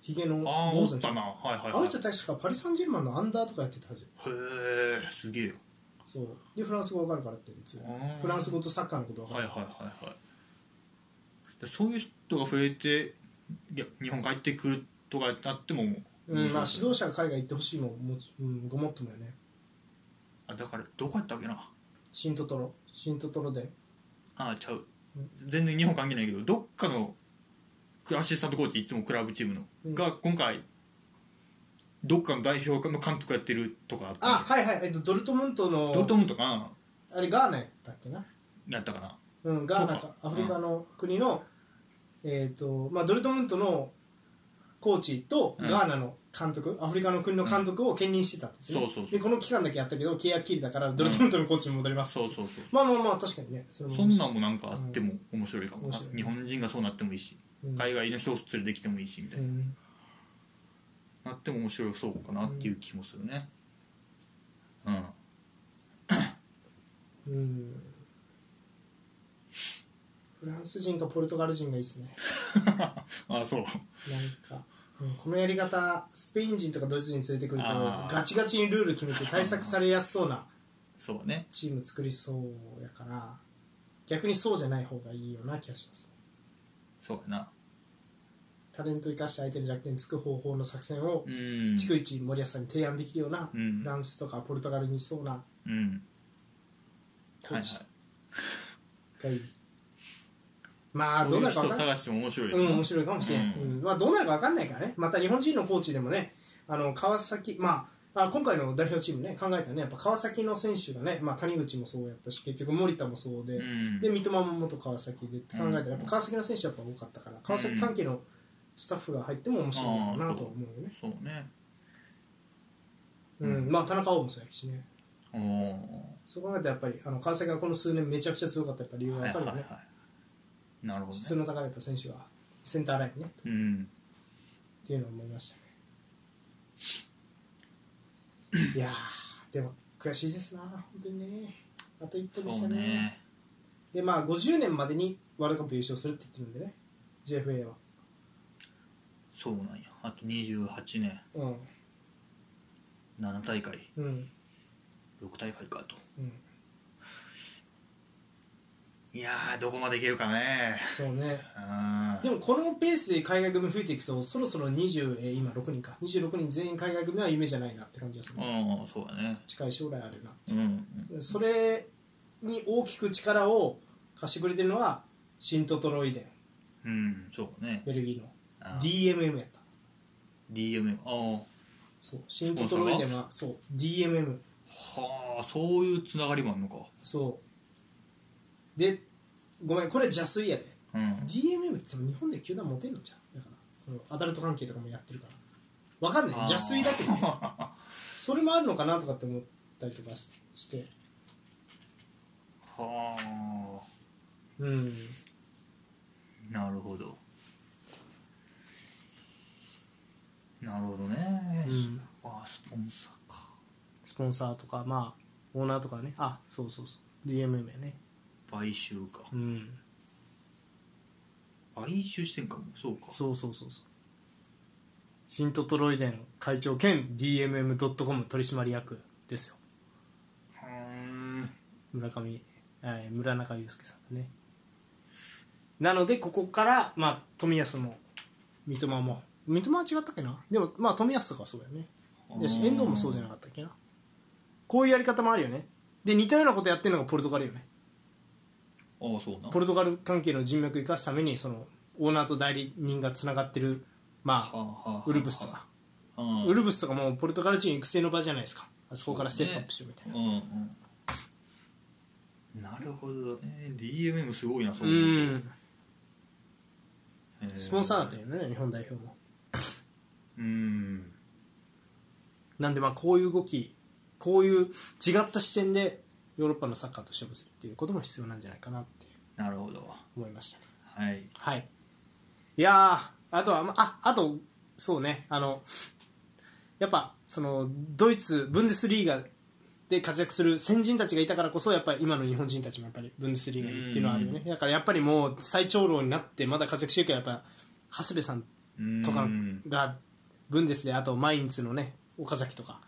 Speaker 1: ヒゲの
Speaker 2: ああ
Speaker 1: 坊
Speaker 2: お
Speaker 1: 主
Speaker 2: っ
Speaker 1: の人
Speaker 2: たなはいはい
Speaker 1: あ
Speaker 2: はい
Speaker 1: の人確かパリ・サンジェルマンのアンダーとかやってたはず
Speaker 2: へえすげえよ
Speaker 1: そうでフランス語わかるからって言うんですよ
Speaker 2: あー
Speaker 1: フランス語とサッカーのことわか
Speaker 2: はい
Speaker 1: る
Speaker 2: はいはいはいでそういう人が増えていや日本帰ってくるとかあっても面
Speaker 1: うん
Speaker 2: 白い
Speaker 1: まあ指導者が海外行ってほしいももちうんごもっともよね
Speaker 2: あだからどこやったっけな
Speaker 1: 新トトロ新トトロで
Speaker 2: ああちゃう全然日本関係ないけどどっかのアシスタントコーチいつもクラブチームの、
Speaker 1: うん
Speaker 2: が今回どっかの代表の監督やってるとかあったん
Speaker 1: あ
Speaker 2: で
Speaker 1: はいはい、えっと、ドルトムントの
Speaker 2: ドルトムントか
Speaker 1: あれガーナやったっけな、
Speaker 2: なやったかな
Speaker 1: うん、ガーナ
Speaker 2: そう
Speaker 1: か
Speaker 2: か
Speaker 1: アフリカの国の、えっとまあ、ドルトムントのコーチと
Speaker 2: うん
Speaker 1: ガーナの監督、アフリカの国の監督を兼任してたんですね、
Speaker 2: そうそうそう
Speaker 1: でこの期間だけやったけど契約切りだからドルトムントのコーチに戻ります、
Speaker 2: そうそうそう
Speaker 1: まあまあまあ確かにねそれも
Speaker 2: そんなんもなんかあっても面白いかも
Speaker 1: 面
Speaker 2: な、
Speaker 1: 白い
Speaker 2: 日本人がそうなってもいいし、
Speaker 1: うん
Speaker 2: 海外の人を連れてきてもいいしみたいうな、
Speaker 1: ん
Speaker 2: なっても面白そうかなっていう気もするねうん、
Speaker 1: うんフランス人かポルトガル人がいいですね
Speaker 2: ああそう
Speaker 1: な
Speaker 2: (laughs)
Speaker 1: んか、うんこのやり方スペイン人とかドイツ人連れてくると
Speaker 2: あー
Speaker 1: ガチガチにルール決めて対策されやすそうな
Speaker 2: そうね
Speaker 1: チーム作りそうやから逆にそうじゃない方がいいような気がします
Speaker 2: そうやな
Speaker 1: タレントを生かして相手の弱点につく方法の作戦を
Speaker 2: うん
Speaker 1: 逐一森保さんに提案できるような
Speaker 2: うん
Speaker 1: フランスとかポルトガルにいそうな
Speaker 2: うん
Speaker 1: コーチ
Speaker 2: はいは
Speaker 1: が
Speaker 2: い
Speaker 1: いいまあ
Speaker 2: そ
Speaker 1: ど
Speaker 2: う
Speaker 1: う
Speaker 2: い
Speaker 1: な
Speaker 2: う
Speaker 1: るか分か
Speaker 2: 人
Speaker 1: んない
Speaker 2: 探しても面白いよ
Speaker 1: う
Speaker 2: なん
Speaker 1: 面白いかもしれない、
Speaker 2: うん
Speaker 1: うんまあ、どうなるか分かんないからねまた日本人のコーチでもねあの川崎まああ今回の代表チームね考えたらねやっぱ川崎の選手がね、まあ、谷口もそうやったし結局森田もそうで、
Speaker 2: うん
Speaker 1: で三笘も元川崎でって考えたらやっぱ川崎の選手やっぱ多かったから川崎関係のスタッフが入っても面白いのかなとは思うよね、
Speaker 2: そうね
Speaker 1: うんまあ田中碧もそうやしね
Speaker 2: おお
Speaker 1: そう考えたらやっぱりあの川崎がこの数年めちゃくちゃ強かったやっぱ理由が分かるよね、
Speaker 2: いなるほど
Speaker 1: 質
Speaker 2: ね
Speaker 1: の高いやっぱ選手がセンターラインね
Speaker 2: うん
Speaker 1: っていうのを思いましたねいやーでも悔しいですな本当にねあと一歩でし
Speaker 2: そ
Speaker 1: た
Speaker 2: う
Speaker 1: ね
Speaker 2: ね
Speaker 1: でまあ50年までにワールドカップ優勝するって言ってるんでね JFA は
Speaker 2: そうなんやあと28年
Speaker 1: うん
Speaker 2: 7大会
Speaker 1: うん
Speaker 2: 6大会かと
Speaker 1: うん
Speaker 2: いやーどこまでいけるかね
Speaker 1: そうね
Speaker 2: うん
Speaker 1: でもこのペースで海外組増えていくとそろそろ20、えー今6人か26人全員海外組は夢じゃないなって感じがする、
Speaker 2: うんそうだね
Speaker 1: 近い将来あるな
Speaker 2: うんうん
Speaker 1: それに大きく力を貸してくれてるのはシントトロイデン
Speaker 2: うんそうね
Speaker 1: ベルギーの
Speaker 2: あ
Speaker 1: DMM やった
Speaker 2: DMM あ
Speaker 1: そう新トトロイデンはそう DMM
Speaker 2: あはあそういうつながりもあるのか
Speaker 1: そうでごめんこれ邪推やで
Speaker 2: うん
Speaker 1: DMM って日本で球団持てんのじゃんだからそのアダルト関係とかもやってるからわかんない邪推だけどね
Speaker 2: (laughs) は
Speaker 1: それもあるのかなとかって思ったりとかしして
Speaker 2: あ
Speaker 1: うん
Speaker 2: なるほどなるほどね、
Speaker 1: うん
Speaker 2: あスポンサーか
Speaker 1: スポンサーとかまあオーナーとかねあそうそうそう DMM やね
Speaker 2: 買収か
Speaker 1: うん
Speaker 2: 買収してんかもそうか
Speaker 1: そうそうそうそう新トトロイデン会長兼 DMM.com 取締役ですよ
Speaker 2: うーん
Speaker 1: 村上、えー村中祐介さんだねなのでここから、まあ、冨安も三笘も三笘は違ったっけなでもまあ冨安とかはそうだよねだし
Speaker 2: あー
Speaker 1: 遠藤もそうじゃなかったっけなこういうやり方もあるよねで似たようなことやってるのがポルトガルよね
Speaker 2: ああそうな
Speaker 1: ポルトガル関係の人脈を生かすためにそのオーナーと代理人がつながってるま
Speaker 2: はあ
Speaker 1: あ
Speaker 2: はあはあ
Speaker 1: ウルブスとか
Speaker 2: うん
Speaker 1: ウルブスとかもうポルトガル人育成の場じゃないですかあそこからステップアップしようみたいな、
Speaker 2: ねうんうん、なるほどね DMM すごいなそうういうの
Speaker 1: ん
Speaker 2: へー
Speaker 1: スポンサーだったよね日本代表も
Speaker 2: うん
Speaker 1: なんでまあこういう動きこういう違った視点でヨーロッパのサッカーと勝負するっていうことも必要なんじゃないかなって
Speaker 2: なるほど
Speaker 1: 思いましたね
Speaker 2: はい
Speaker 1: はいいやーあとはまあああとそうねあのやっぱそのドイツブンデスリーガで活躍する先人たちがいたからこそやっぱり今の日本人たちもやっぱりブンデスリーガにっていうのはあるよねだからやっぱりもう最長老になってまだ活躍してるけどやっぱ長谷部さん
Speaker 2: うん
Speaker 1: とか
Speaker 2: うん
Speaker 1: がブンデスであとマインツのね岡崎とか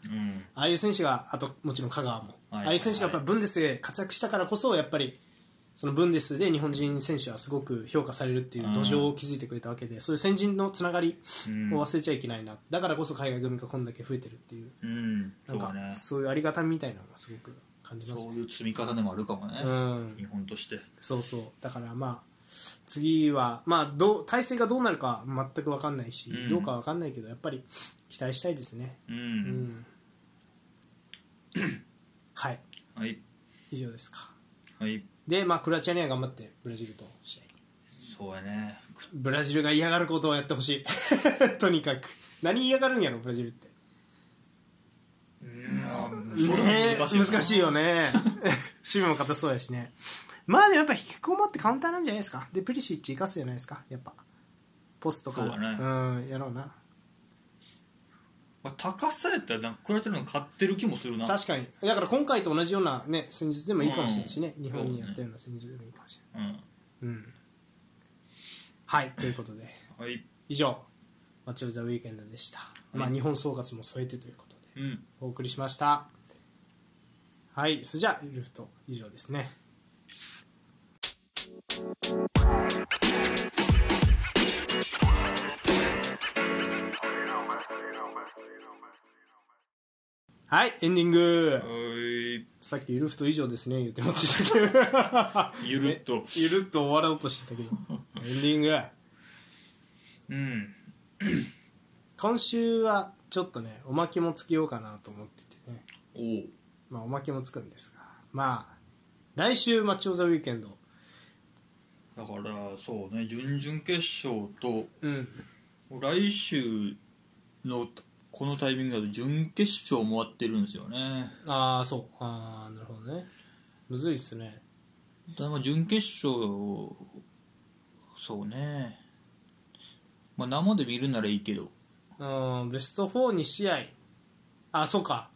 Speaker 1: ああいう選手があともちろん香川も、
Speaker 2: はい
Speaker 1: ああいう選手がやっぱブンデスで活躍したからこそやっぱりそのブンデスで日本人選手はすごく評価されるっていう土壌を築いてくれたわけで、そういう先人のつながり
Speaker 2: うん
Speaker 1: を忘れちゃいけないな、だからこそ海外組がこんだけ増えてるっていう
Speaker 2: うん
Speaker 1: な
Speaker 2: そ
Speaker 1: ん
Speaker 2: うだ
Speaker 1: か
Speaker 2: ね
Speaker 1: そういうありがたみみたいなのがすごく感じます
Speaker 2: そ
Speaker 1: ね
Speaker 2: ういう積み重ねもあるかもね、
Speaker 1: うん
Speaker 2: 日本として
Speaker 1: そうそうだからまあ次は、まあ、どう体制がどうなるか全く分かんないし、
Speaker 2: うん
Speaker 1: どうか分かんないけどやっぱり期待したいですね、
Speaker 2: うん、
Speaker 1: うん、 (clears throat) はい
Speaker 2: はい
Speaker 1: 以上ですか
Speaker 2: はい
Speaker 1: で、まあ、クロアチアには頑張ってブラジルと試合
Speaker 2: そうやねく
Speaker 1: ブラジルが嫌がることをやってほしい (laughs) とにかく何嫌がるんやろブラジルって
Speaker 2: うんあ
Speaker 1: ねえ
Speaker 2: よ
Speaker 1: 難しいよね (laughs) 守備も硬そうやしねまあでもやっぱ引きこもってカウンターなんじゃないですかでプリシッチ生かすじゃないですかやっぱポストから
Speaker 2: そうだね
Speaker 1: んやろうな
Speaker 2: まあ、高さやったらなんかクロアチアの方が勝ってる気もするな
Speaker 1: 確かにだから今回と同じような、ね、戦術でもいいかもしれないしね、日本にやったような戦術でもいいかもしれない
Speaker 2: うん
Speaker 1: うんはいということで
Speaker 2: はい
Speaker 1: 以上「マッチョ・ザ・ウィーケンド」でした、まあ、日本総括も添えてということで
Speaker 2: うん
Speaker 1: お送りしましたはいそれじゃあルフト以上ですねはいエンディング
Speaker 2: はい
Speaker 1: さっき「ゆるふと以上ですね」言ってもったけど
Speaker 2: ゆるっ
Speaker 1: (laughs)
Speaker 2: と
Speaker 1: ゆるっと終わろうとしてたけどエンディング
Speaker 2: うん
Speaker 1: 今週はちょっとねおまけもつけようかなと思っててね
Speaker 2: おお
Speaker 1: まあおまけもつくんですがまあ来週「マッチョ・ザ・ウィーケンド
Speaker 2: だからそうね準々決勝と」
Speaker 1: うん
Speaker 2: 来週のこのタイミングだと準決勝も終わってるんですよね
Speaker 1: ああそうああなるほどねむずいっすね
Speaker 2: だからまあ準決勝そうねまあ生で見るならいいけど
Speaker 1: うんベスト42試合あそうか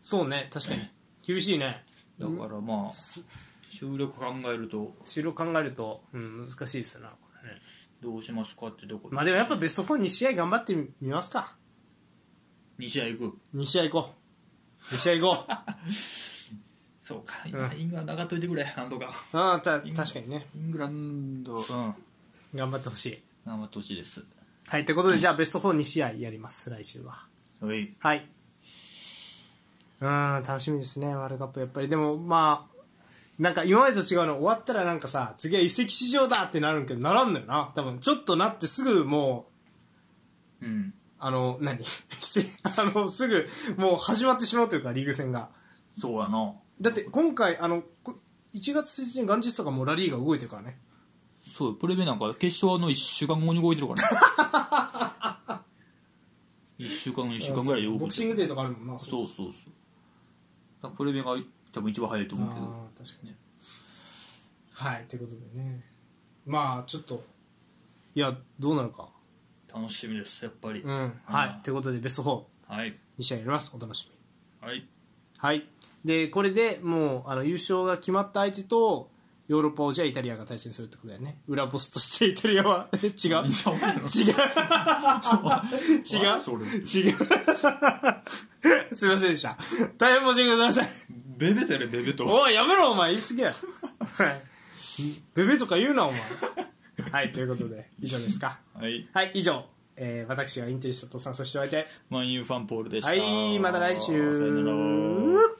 Speaker 1: そうね確かに厳しいね
Speaker 2: だからまあ
Speaker 1: す
Speaker 2: 収録考えると
Speaker 1: 終了考えると、うん、難しいっすなこれね
Speaker 2: どうしますかってとこ
Speaker 1: まあでもやっぱベスト42試合頑張ってみますか
Speaker 2: 2試合いく
Speaker 1: 2試合行こう2試合行 (laughs) こう
Speaker 2: そうか、
Speaker 1: うん
Speaker 2: イングランド上がっといてくれなんとか
Speaker 1: ああた確かにね
Speaker 2: イングランドうん頑
Speaker 1: 頑張ってほしい
Speaker 2: 張ってほしいです
Speaker 1: はい、ということで、じゃあベスト4、2試合やります、来週は。
Speaker 2: はい
Speaker 1: はい。うーん、楽しみですね、ワールドカップ、やっぱり。でも、まあ、なんか今までと違うの、終わったらなんかさ、次は移籍市場だってなるんけど、ならんのよな。多分、ちょっとなってすぐもう、
Speaker 2: うん
Speaker 1: あの、何 (laughs) してあの、すぐ、もう始まってしまうというか、リーグ戦が。
Speaker 2: そうやな
Speaker 1: だって、今回、あの、こ1月1日に元日とかもうラリーが動いてるからね。
Speaker 2: そうプレベなんか決勝の1週間後に動いてるからね
Speaker 1: (laughs)
Speaker 2: 1週間後1週間ぐらいで動
Speaker 1: ボ
Speaker 2: く
Speaker 1: クシングデーとかあるもんな、
Speaker 2: そううそうそうだからプレベが多分一番早いと
Speaker 1: あ
Speaker 2: 思うけど
Speaker 1: ー確かに。
Speaker 2: ね
Speaker 1: はい、ということでね。
Speaker 3: まあちょっと
Speaker 1: いやどうなるか
Speaker 2: 楽しみですやっぱり、
Speaker 3: うん
Speaker 1: はいということでベスト4
Speaker 2: はい
Speaker 1: 二試合やりますお楽しみに
Speaker 2: はい
Speaker 1: はいでこれでもうあの優勝が決まった相手とヨーロッパ王者イタリアが対戦するってことだよね裏ボスとしてイタリアは (laughs) 違う違う
Speaker 2: お前の
Speaker 1: 違
Speaker 2: (laughs)
Speaker 1: う
Speaker 2: それ
Speaker 1: 違う (laughs) すいませんでした大変申し訳ございません
Speaker 2: ベベてるベベと
Speaker 1: おいやめろお前言い過ぎやはいベベとか言うなお前はいということで以上ですか
Speaker 2: はい
Speaker 1: はい以上、えー私がインテリストと参奏しておいて
Speaker 2: 万有ファンポールでした
Speaker 1: はいまた来週
Speaker 2: さよなら